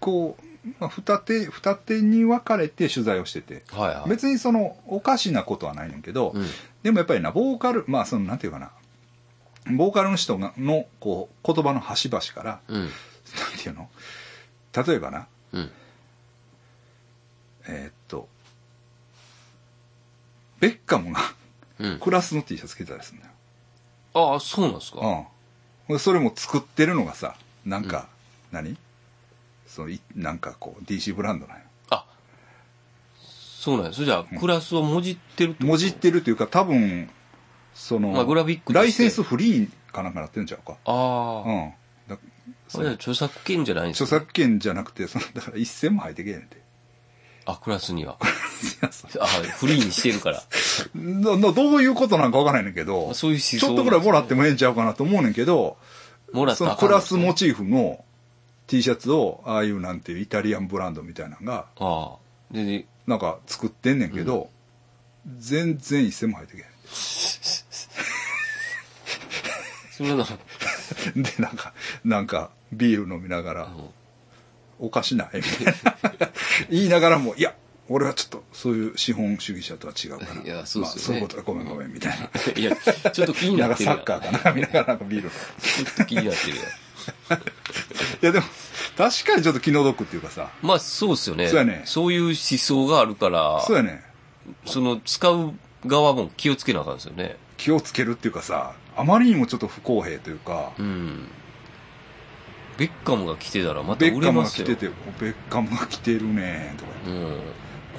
[SPEAKER 1] こう、まあ、二手二手に分かれて取材をしてて、
[SPEAKER 2] はいはい。
[SPEAKER 1] 別にそのおかしなことはないねんだけど、
[SPEAKER 2] うん。
[SPEAKER 1] でもやっぱりなボーカルまあそのなんていうかなボーカルの人がのこう言葉の端々から
[SPEAKER 2] うん。
[SPEAKER 1] なんていうの例えばな
[SPEAKER 2] うん。
[SPEAKER 1] えーっと、ベッカムが
[SPEAKER 2] うん。
[SPEAKER 1] クラスの T シャツ着てたりするんだよ。
[SPEAKER 2] ああ、そうなんですか。
[SPEAKER 1] うんほんで。それも作ってるのがさ、なんか、何そのいなんかこう、DC ブランドなんよ。
[SPEAKER 2] あ、そうなんです。じゃあ、クラスをもじってるってこと
[SPEAKER 1] もじってるというか、多分、その、
[SPEAKER 2] まあグラフィックとして
[SPEAKER 1] ライセンスフリーかなんかなってんちゃうか。
[SPEAKER 2] あ
[SPEAKER 1] う
[SPEAKER 2] あ。
[SPEAKER 1] ん。だそ
[SPEAKER 2] それ
[SPEAKER 1] の
[SPEAKER 2] は著作権じゃないんです
[SPEAKER 1] 著
[SPEAKER 2] か
[SPEAKER 1] 作権じゃなくて、そのだから一銭も入ってけえねんて。
[SPEAKER 2] あ、クラスには。
[SPEAKER 1] いやそ
[SPEAKER 2] あフリーにしてるから。
[SPEAKER 1] うななどういうことなんかわからへんねんけど、
[SPEAKER 2] そういう思想
[SPEAKER 1] ちょっとぐらいもらってもええんちゃうかなと思うねんけど、
[SPEAKER 2] もらっ
[SPEAKER 1] そ
[SPEAKER 2] たら
[SPEAKER 1] の
[SPEAKER 2] あか
[SPEAKER 1] ク
[SPEAKER 2] んの
[SPEAKER 1] ラスモチーフの T シャツをああいうなんていうイタリアンブランドみたいなのが
[SPEAKER 2] ああ。で、で
[SPEAKER 1] なんか作ってんねんけど、全然一銭も入ってけ
[SPEAKER 2] それなの、
[SPEAKER 1] へん でなんかなんかビール飲みながら
[SPEAKER 2] ん
[SPEAKER 1] 「おかしない」みたいな 言いながらも「いや俺はちょっとそういう資本主義者とは違うから
[SPEAKER 2] いやそうっ
[SPEAKER 1] まあ、
[SPEAKER 2] す
[SPEAKER 1] そう
[SPEAKER 2] よ
[SPEAKER 1] いう
[SPEAKER 2] ね
[SPEAKER 1] ことだごめんごめん」みたいな。
[SPEAKER 2] いや、ちょっと気に
[SPEAKER 1] な
[SPEAKER 2] なんっ
[SPEAKER 1] か
[SPEAKER 2] て
[SPEAKER 1] サ
[SPEAKER 2] るやん。
[SPEAKER 1] ッカーかな見ながらなんかビール飲む
[SPEAKER 2] ちょっと気になってるやん。
[SPEAKER 1] いやでも確かにちょっと気の毒っていうかさ
[SPEAKER 2] まあ、そうっすよね。
[SPEAKER 1] そうやね
[SPEAKER 2] そういう思想があるから、
[SPEAKER 1] そうやね
[SPEAKER 2] その、使う側も気をつけなあかんですよね。
[SPEAKER 1] 気をつけるっていうかさあまりにもちょっと不公平というか、
[SPEAKER 2] うん。ベッカムが来てたらまた
[SPEAKER 1] ベ
[SPEAKER 2] 売
[SPEAKER 1] ッ
[SPEAKER 2] れ
[SPEAKER 1] カム
[SPEAKER 2] ま
[SPEAKER 1] が
[SPEAKER 2] す
[SPEAKER 1] 来て
[SPEAKER 2] よ。
[SPEAKER 1] て、ベッカムが来てるねとか、
[SPEAKER 2] うん。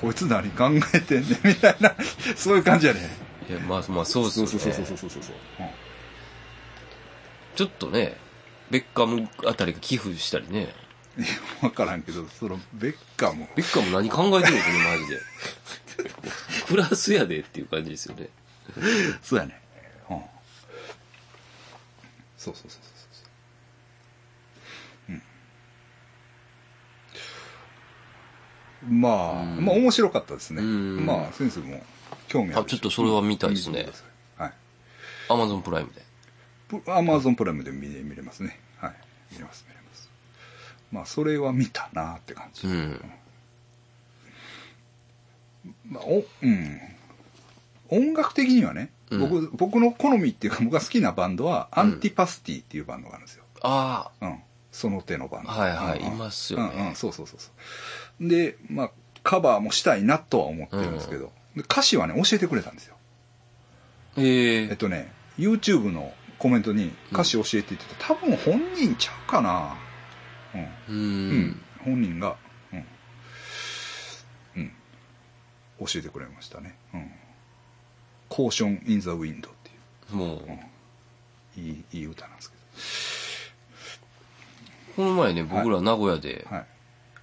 [SPEAKER 1] こいつ何考えてんねんみたいな、そういう感じやね。
[SPEAKER 2] いや、まあ、まあ、そうっすよね。
[SPEAKER 1] そうそうそう。
[SPEAKER 2] ちょっとね、ベッカムあたりが寄付したりね。
[SPEAKER 1] うんいや、わからんけど、その、ベッカム、
[SPEAKER 2] ベッカム何考えてるのこれマジで。 クラスやでっていう感じですよね。
[SPEAKER 1] そうやね。うん。そうそうそうそうそう。うん。まあ、
[SPEAKER 2] うん
[SPEAKER 1] まあ面白かったですね。
[SPEAKER 2] うん
[SPEAKER 1] まあ、先生も興味ある
[SPEAKER 2] あ、ちょっとそれは見たいです
[SPEAKER 1] 見て
[SPEAKER 2] ね
[SPEAKER 1] くだ。さいはい。
[SPEAKER 2] アマゾンプライムで。
[SPEAKER 1] アマゾンプライムで見れ見れますね。はい。見れます、見れます。まあ、それは見たなって感じ。
[SPEAKER 2] うん。
[SPEAKER 1] まあ、お、うん。音楽的にはね、
[SPEAKER 2] うん
[SPEAKER 1] 僕、僕の好みっていうか、僕が好きなバンドは、アンティパスティっていうバンドがあるんですよ。
[SPEAKER 2] ああ、
[SPEAKER 1] うん。その手のバンド。
[SPEAKER 2] はいはい
[SPEAKER 1] うんうん
[SPEAKER 2] いますよね
[SPEAKER 1] うんうん、そうそうそうそう。で、まあ、カバーもしたいなとは思ってるんですけど、で歌詞はね、教えてくれたんですよ。
[SPEAKER 2] ええ
[SPEAKER 1] えっとね、YouTube のコメントに歌詞教えてって言ってた、多分本人ちゃうかな。うん。
[SPEAKER 2] う
[SPEAKER 1] うん
[SPEAKER 2] ん。、
[SPEAKER 1] 本人が、うんうん、教えてくれましたね「うん、コーション・イン・ザ・ウィンド」って
[SPEAKER 2] もう、
[SPEAKER 1] いういいいい歌なんですけ
[SPEAKER 2] この前ね、僕ら名古屋で、
[SPEAKER 1] どはい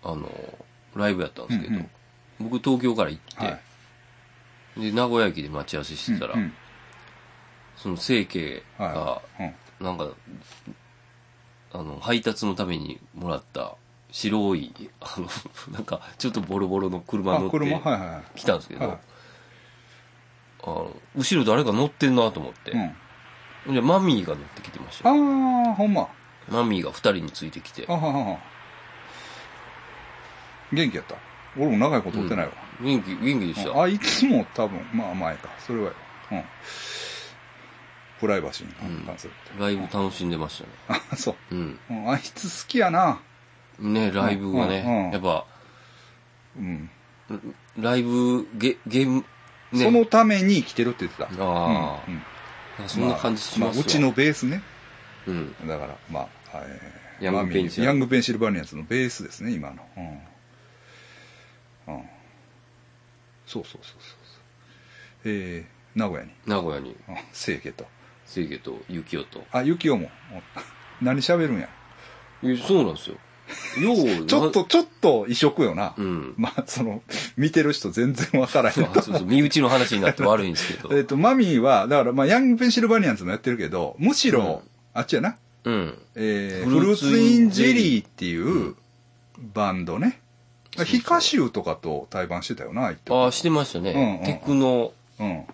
[SPEAKER 2] あの、ライブやったんですけど、
[SPEAKER 1] うん
[SPEAKER 2] 僕東京から行って、
[SPEAKER 1] はい
[SPEAKER 2] で、名古屋駅で待ち合わせしてたら、
[SPEAKER 1] うんうん
[SPEAKER 2] その清家が
[SPEAKER 1] は、いうん
[SPEAKER 2] なんか、あの、配達のためにもらった白い、あの、 なんか、ちょっとボロボロの車乗
[SPEAKER 1] あ
[SPEAKER 2] って
[SPEAKER 1] 車はいはいは
[SPEAKER 2] 来たんですけど、
[SPEAKER 1] はい
[SPEAKER 2] あの後ろ誰か乗ってんなと思って、
[SPEAKER 1] い、うん、
[SPEAKER 2] じゃマミーが乗ってきてましたよ。
[SPEAKER 1] ああほんま
[SPEAKER 2] マミーが二人についてきて
[SPEAKER 1] あ、ははは元気やった俺も長いこと会ってないわ、
[SPEAKER 2] 元気、元気でした。
[SPEAKER 1] あいつも多分まあ前かそれはうんプライバシーに関するって、
[SPEAKER 2] ライブ楽しんでましたね。
[SPEAKER 1] あそう、
[SPEAKER 2] うん。
[SPEAKER 1] うん、あいつ好きやな
[SPEAKER 2] ね、ライブがね、
[SPEAKER 1] うんうんうん
[SPEAKER 2] やっぱ、
[SPEAKER 1] うん
[SPEAKER 2] ライブ、ゲ、ゲーム、ね、
[SPEAKER 1] そのために生きてるって言ってた。
[SPEAKER 2] あ
[SPEAKER 1] うんうん
[SPEAKER 2] なんかそんな感じします
[SPEAKER 1] あ
[SPEAKER 2] よ、
[SPEAKER 1] うちのベースね。
[SPEAKER 2] うん。
[SPEAKER 1] だから、まあ、えー
[SPEAKER 2] ヤングペンシル
[SPEAKER 1] ヤングペンシルバニアンズのベースですね、今の。うん。うん、そうそうそうそうそう。えー、名古屋に、
[SPEAKER 2] 名古屋に、
[SPEAKER 1] うん、清家と。
[SPEAKER 2] 清家と幸男と。
[SPEAKER 1] あ、幸雄も。 うん何喋るんや。
[SPEAKER 2] えそうなんですよ。よ う、
[SPEAKER 1] ちょっと、ちょっと異色よな。
[SPEAKER 2] な、うん。
[SPEAKER 1] まあ、その、見てる人全然わからへんと思う
[SPEAKER 2] あそうそう、身内の話になって悪いんですけど。
[SPEAKER 1] えっと、マミーは、だから、まあ、ヤングペンシルバニアンズもやってるけど、むしろ、
[SPEAKER 2] うん
[SPEAKER 1] あっちやな。
[SPEAKER 2] うん。
[SPEAKER 1] えー
[SPEAKER 2] フ
[SPEAKER 1] フ
[SPEAKER 2] ル
[SPEAKER 1] ル
[SPEAKER 2] ー
[SPEAKER 1] ー
[SPEAKER 2] ツ
[SPEAKER 1] ツ
[SPEAKER 2] イ
[SPEAKER 1] イ
[SPEAKER 2] ン
[SPEAKER 1] ンジ
[SPEAKER 2] ジェ
[SPEAKER 1] ェ
[SPEAKER 2] リ
[SPEAKER 1] リーっていうバンドね。
[SPEAKER 2] そう
[SPEAKER 1] ヒカシュウとかと対バンしてたよな、あいつ
[SPEAKER 2] ああ、してましたね。
[SPEAKER 1] うんうん
[SPEAKER 2] テクノ、
[SPEAKER 1] うん。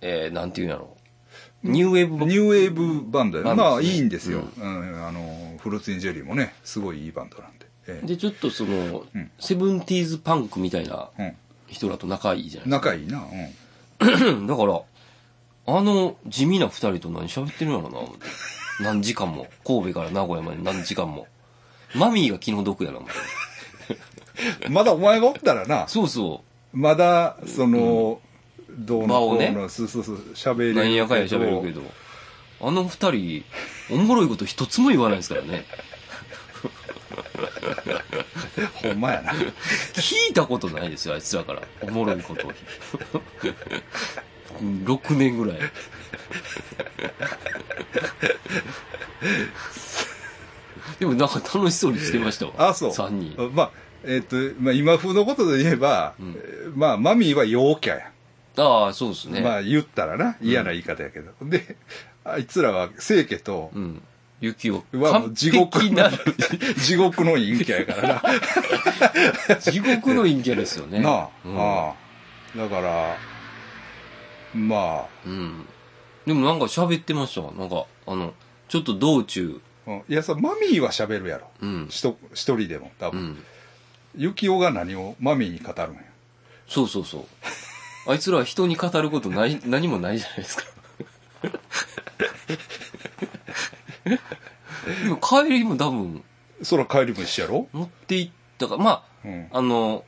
[SPEAKER 2] えー、なんていうんやろう。ニューウェーブ
[SPEAKER 1] ニューウェーブバンドや
[SPEAKER 2] バ
[SPEAKER 1] な。
[SPEAKER 2] ンドですね
[SPEAKER 1] まあいいんですよ、うんあの。フルーツインジェリーもね、すごいいいバンドなんで。ええ
[SPEAKER 2] で、ちょっとその、
[SPEAKER 1] うん
[SPEAKER 2] セブンティーズパンクみたいな
[SPEAKER 1] うん
[SPEAKER 2] 人らと仲いいじゃないですか。
[SPEAKER 1] 仲いいな。うん。
[SPEAKER 2] だから、あの地味な二人と何喋ってるんやろな、思って何時間も。神戸から名古屋まで何時間も。マミーが気の毒やな、思って
[SPEAKER 1] まだお前がおったらな、
[SPEAKER 2] そうそ
[SPEAKER 1] まだ、その、どうのこう
[SPEAKER 2] 場を
[SPEAKER 1] の、そうそうそう、喋れ
[SPEAKER 2] う。
[SPEAKER 1] る。
[SPEAKER 2] なんやかんや喋るけど。あの二人、おもろいこと一つも言わないですからね。
[SPEAKER 1] ほんま やな。
[SPEAKER 2] 聞いたことないですよ、あいつらから。おもろいことを。6年ぐらい。でもなんか楽しそうにしてましたわ。
[SPEAKER 1] あ、そう。
[SPEAKER 2] 3人。
[SPEAKER 1] まあ、えっ、と、まあ今風のことで言えば、
[SPEAKER 2] ん
[SPEAKER 1] えーまあ、マミーは陽キャや。
[SPEAKER 2] ああ、そうですね。
[SPEAKER 1] まあ言ったらな、嫌な言い方やけど。で、あいつらは清家と
[SPEAKER 2] う、ん。雪を。
[SPEAKER 1] はもう地獄
[SPEAKER 2] 完璧
[SPEAKER 1] の
[SPEAKER 2] なる、
[SPEAKER 1] 地獄の陰キャやから
[SPEAKER 2] 地獄の陰キャですよね。
[SPEAKER 1] な。なあ、
[SPEAKER 2] うん、
[SPEAKER 1] ああだから、ま
[SPEAKER 2] うん。でもなんか喋ってましたわ。なんか、あの、ちょっと道中。
[SPEAKER 1] あ、うんいやさ、マミーは喋るやろ。
[SPEAKER 2] うん。
[SPEAKER 1] ひと一人でも、多
[SPEAKER 2] う
[SPEAKER 1] 分。
[SPEAKER 2] ん。
[SPEAKER 1] ユキオが何をマミーに語るんや。
[SPEAKER 2] そうそう そう。あいつらは人に語ることない、何もないじゃないですか。 でも帰りも多分、
[SPEAKER 1] そら帰りも一緒やろ
[SPEAKER 2] 持っていったか、ま
[SPEAKER 1] うん。
[SPEAKER 2] あ、あの、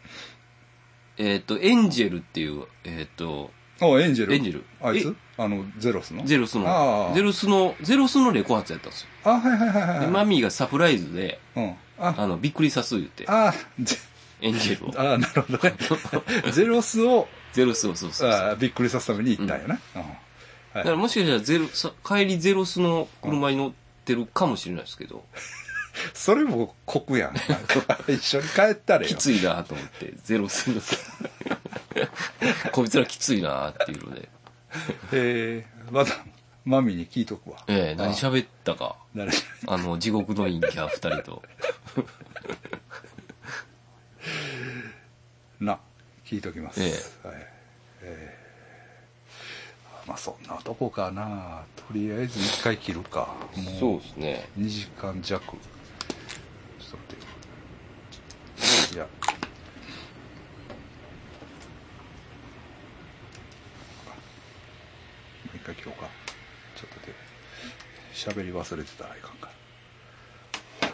[SPEAKER 2] えっ、と、エンジェルっていう、えっ、と、
[SPEAKER 1] あ、エンジェル。
[SPEAKER 2] エンジェル
[SPEAKER 1] あいつあの、ゼロスの
[SPEAKER 2] ゼロス
[SPEAKER 1] あ
[SPEAKER 2] の
[SPEAKER 1] あ、
[SPEAKER 2] ゼロスの、ゼロスのレコ発やったんですよ。
[SPEAKER 1] あ、はいはいはいはい。
[SPEAKER 2] で、マミーがサプライズで、
[SPEAKER 1] うん。あ、
[SPEAKER 2] あの、びっくりさす言って、
[SPEAKER 1] あ、ゼ
[SPEAKER 2] エンジェルを。
[SPEAKER 1] あなるほどね。 ゼロスを、
[SPEAKER 2] ゼロスを、そうそうそう。
[SPEAKER 1] あーびっくりさせるために行ったんやな。うん
[SPEAKER 2] だからもしかしたらゼロス、帰りゼロスの車に乗ってるかもしれないですけど、
[SPEAKER 1] それも酷 やん。なんか一緒に帰ったれ
[SPEAKER 2] き
[SPEAKER 1] よ。
[SPEAKER 2] ついなと思って、ゼ ロスの、こいつらきついなっていうので、
[SPEAKER 1] えー、まだ、マミに聞いとくわ。
[SPEAKER 2] ええ何喋ったか、
[SPEAKER 1] 誰し
[SPEAKER 2] あの、地獄の陰キャ二人と。
[SPEAKER 1] な、聞いときます。
[SPEAKER 2] え
[SPEAKER 1] はいえーまあそんなとこかな。とりあえず一回切るか。もう
[SPEAKER 2] ですね。
[SPEAKER 1] 2時間弱。ちょっと待って。いや。もう一回切ろうか。ちょっと待って。喋り忘れてたらいかんから。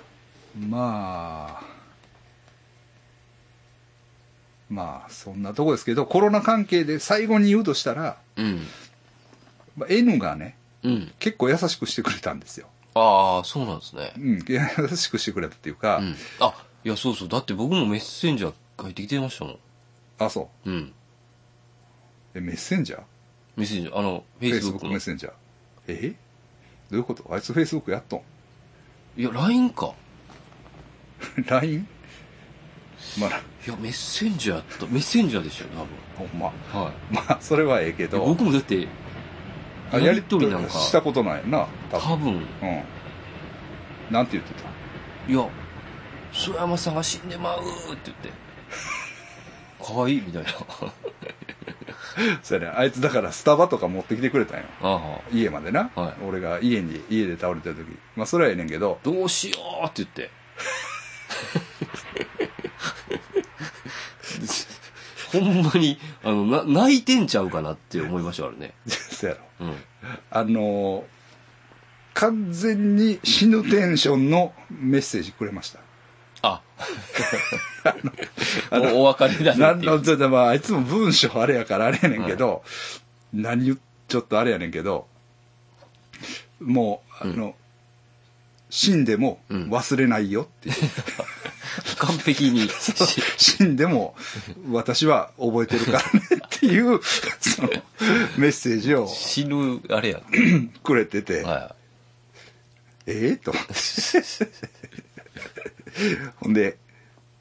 [SPEAKER 1] まあ、まあ、そんなとこですけど、コロナ関係で最後に言うとしたら、
[SPEAKER 2] うん。
[SPEAKER 1] まあ N がね、
[SPEAKER 2] うん。
[SPEAKER 1] 結構優しくしてくれたんですよ。
[SPEAKER 2] ああ、そうなんですね
[SPEAKER 1] う。ん、優しくしてくれたっていうか、
[SPEAKER 2] うん。あ、いや、そうそう。だって僕もメッセンジャー書いてきてましたもん。
[SPEAKER 1] あ、そ
[SPEAKER 2] うん。
[SPEAKER 1] う。え、メッセンジャー
[SPEAKER 2] メッセンジャー、あの、フ
[SPEAKER 1] フ
[SPEAKER 2] ェ
[SPEAKER 1] ェ
[SPEAKER 2] イ
[SPEAKER 1] イ
[SPEAKER 2] ス
[SPEAKER 1] ス
[SPEAKER 2] ブ
[SPEAKER 1] ブッ
[SPEAKER 2] ック
[SPEAKER 1] ク
[SPEAKER 2] の
[SPEAKER 1] メッ。センジャー。えどういうことあいつフェイスブックやっとん
[SPEAKER 2] いや、LINE か。
[SPEAKER 1] ?LINE? まあ、
[SPEAKER 2] いや、メッセンジャーやった。メッセンジャーでしょ、多
[SPEAKER 1] ほんま。
[SPEAKER 2] 分。はい。
[SPEAKER 1] まあ、それはええけど、
[SPEAKER 2] 僕もだって、
[SPEAKER 1] あ
[SPEAKER 2] やりとりなんか、
[SPEAKER 1] したことないよな、多分。
[SPEAKER 2] 多分、
[SPEAKER 1] うん。なんて言ってた
[SPEAKER 2] いや、諏山さんが死んでまうって言って、可愛いみたいな。
[SPEAKER 1] それあいつだからスタバとか持ってきてくれたんよ
[SPEAKER 2] ああ、
[SPEAKER 1] 家までな、
[SPEAKER 2] は
[SPEAKER 1] 俺が家に家で倒れてる時まあそれはええねんけど
[SPEAKER 2] どうしようって言って。 ほんまに、あの、な、泣いてんちゃうかなって思いましたからね。
[SPEAKER 1] そやろ
[SPEAKER 2] うん。
[SPEAKER 1] あのー完全に死ぬテンションのメッセージくれました
[SPEAKER 2] あ、もうお別れだね
[SPEAKER 1] なん
[SPEAKER 2] っていう
[SPEAKER 1] の。ちょっとまああいつも文章あれやからあれやねんけど、何言っちょっとあれやねんけどもうあの、死んでも
[SPEAKER 2] うん
[SPEAKER 1] 忘れないよっていう、
[SPEAKER 2] 完璧 に。
[SPEAKER 1] 死んでも私は覚えてるからねって いうそのメッセージを
[SPEAKER 2] 死ぬ、あれや。
[SPEAKER 1] くれてて、
[SPEAKER 2] は
[SPEAKER 1] ええと思ってほんで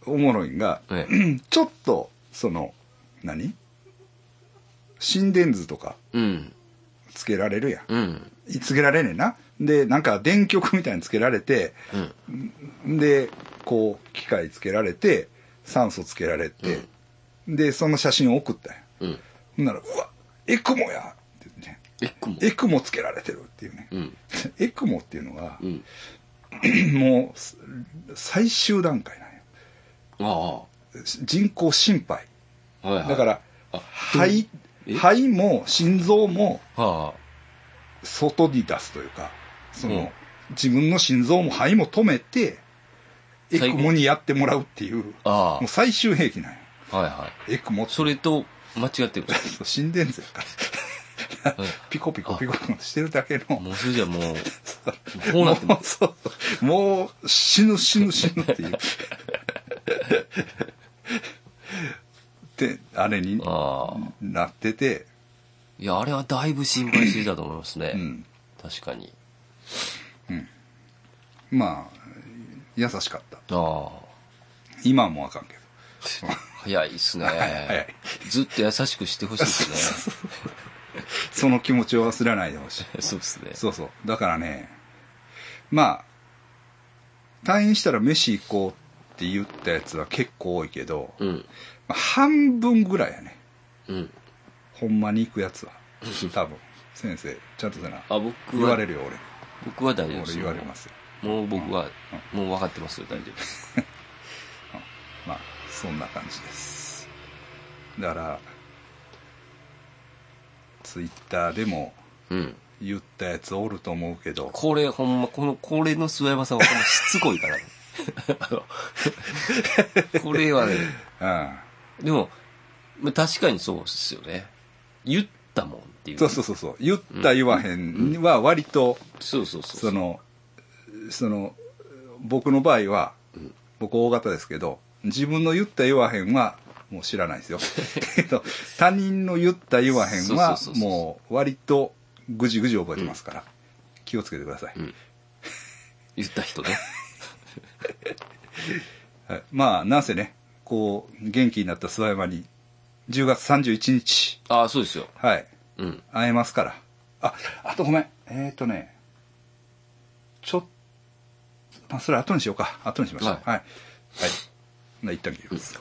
[SPEAKER 1] おもろいんが
[SPEAKER 2] い。ね
[SPEAKER 1] ちょっとその何心電図とか
[SPEAKER 2] うん。
[SPEAKER 1] つけられるや
[SPEAKER 2] うん。
[SPEAKER 1] んつけられねえなでなんか電極みたいにつけられて
[SPEAKER 2] うん。
[SPEAKER 1] でこう機械つけられて酸素つけられて、でその写真を送ったんや
[SPEAKER 2] うん。
[SPEAKER 1] ほんなら「うわエクモや!」って言ってね
[SPEAKER 2] エッグも
[SPEAKER 1] 「エクモつけられてる」っていうね
[SPEAKER 2] うん。
[SPEAKER 1] エクモっていうのが
[SPEAKER 2] うん。
[SPEAKER 1] もうす最終段階なんよ
[SPEAKER 2] あ
[SPEAKER 1] 人工心肺
[SPEAKER 2] あ。はいはい。
[SPEAKER 1] だか、ら
[SPEAKER 2] あ
[SPEAKER 1] 肺
[SPEAKER 2] え
[SPEAKER 1] 肺も心臓も
[SPEAKER 2] は
[SPEAKER 1] 外に出すというかその、
[SPEAKER 2] うん
[SPEAKER 1] 自分の心臓も肺も止めてエ
[SPEAKER 2] 最
[SPEAKER 1] ク
[SPEAKER 2] 後
[SPEAKER 1] モにやってもらうっていう
[SPEAKER 2] あ。
[SPEAKER 1] も
[SPEAKER 2] あ
[SPEAKER 1] う最終兵器なんよ
[SPEAKER 2] あ。はいはい。
[SPEAKER 1] エクモって
[SPEAKER 2] それと、間違ってる。
[SPEAKER 1] 心電図やから
[SPEAKER 2] はい
[SPEAKER 1] ピコピコピコピコしてるだけの
[SPEAKER 2] もうそれじゃもう、 こうなって
[SPEAKER 1] も
[SPEAKER 2] ま
[SPEAKER 1] う
[SPEAKER 2] す。
[SPEAKER 1] そうそうもう死ぬ死ぬ死ぬ っていうであれに
[SPEAKER 2] ああ。
[SPEAKER 1] なってて、
[SPEAKER 2] いや、あれはだいぶ心配してたと思いますね。
[SPEAKER 1] うん、
[SPEAKER 2] 確かに。
[SPEAKER 1] まあ優しかった
[SPEAKER 2] ああ。
[SPEAKER 1] 今はもうあかんけど
[SPEAKER 2] 早いっすね。
[SPEAKER 1] 早い
[SPEAKER 2] ずっと優しくしてほしいですね。
[SPEAKER 1] その気持ちを忘れないでほしい
[SPEAKER 2] そうですね。
[SPEAKER 1] そうそうだからねまあ退院したら飯行こうって言ったやつは結構多いけど、
[SPEAKER 2] うん。
[SPEAKER 1] まあ半分ぐらいやね
[SPEAKER 2] うん。
[SPEAKER 1] ほんまに行くやつは多分先生ちゃんとせな
[SPEAKER 2] あ、僕
[SPEAKER 1] 言わ
[SPEAKER 2] は
[SPEAKER 1] れ、るよ俺
[SPEAKER 2] 僕は大丈夫で
[SPEAKER 1] 俺
[SPEAKER 2] す。
[SPEAKER 1] 言われますよ
[SPEAKER 2] もう僕は、もう分かってますよ、大丈夫です。
[SPEAKER 1] まあそんな感じですだからツイッターでも
[SPEAKER 2] うん。
[SPEAKER 1] 言ったやつおると思うけど
[SPEAKER 2] これ、ほんま、この、これの諏訪山さんはほんましつこいからね。 あのこれはね、
[SPEAKER 1] うん
[SPEAKER 2] でも、まあ確かにそうですよね。言ったもんっていう。
[SPEAKER 1] そうそうそうそう言った言わへんは割と
[SPEAKER 2] そうそうそう。
[SPEAKER 1] そのその僕の場合は僕大型ですけど自分の言った言わへんはもう知らないで すよけど他人の言った言わへんは
[SPEAKER 2] そうそうそうそう
[SPEAKER 1] もう割とぐじぐじ覚えてますから気をつけてください、
[SPEAKER 2] うん言った人ね。
[SPEAKER 1] はい、まあなんせねこう元気になった諏訪山に10月31日
[SPEAKER 2] ああ、そうですよ。
[SPEAKER 1] はい
[SPEAKER 2] うん。
[SPEAKER 1] 会えますからああとごめんえっ、ー、とねちょっまあそれ後にしようか後にしましょう
[SPEAKER 2] はい
[SPEAKER 1] はい、はい、な一旦切ります、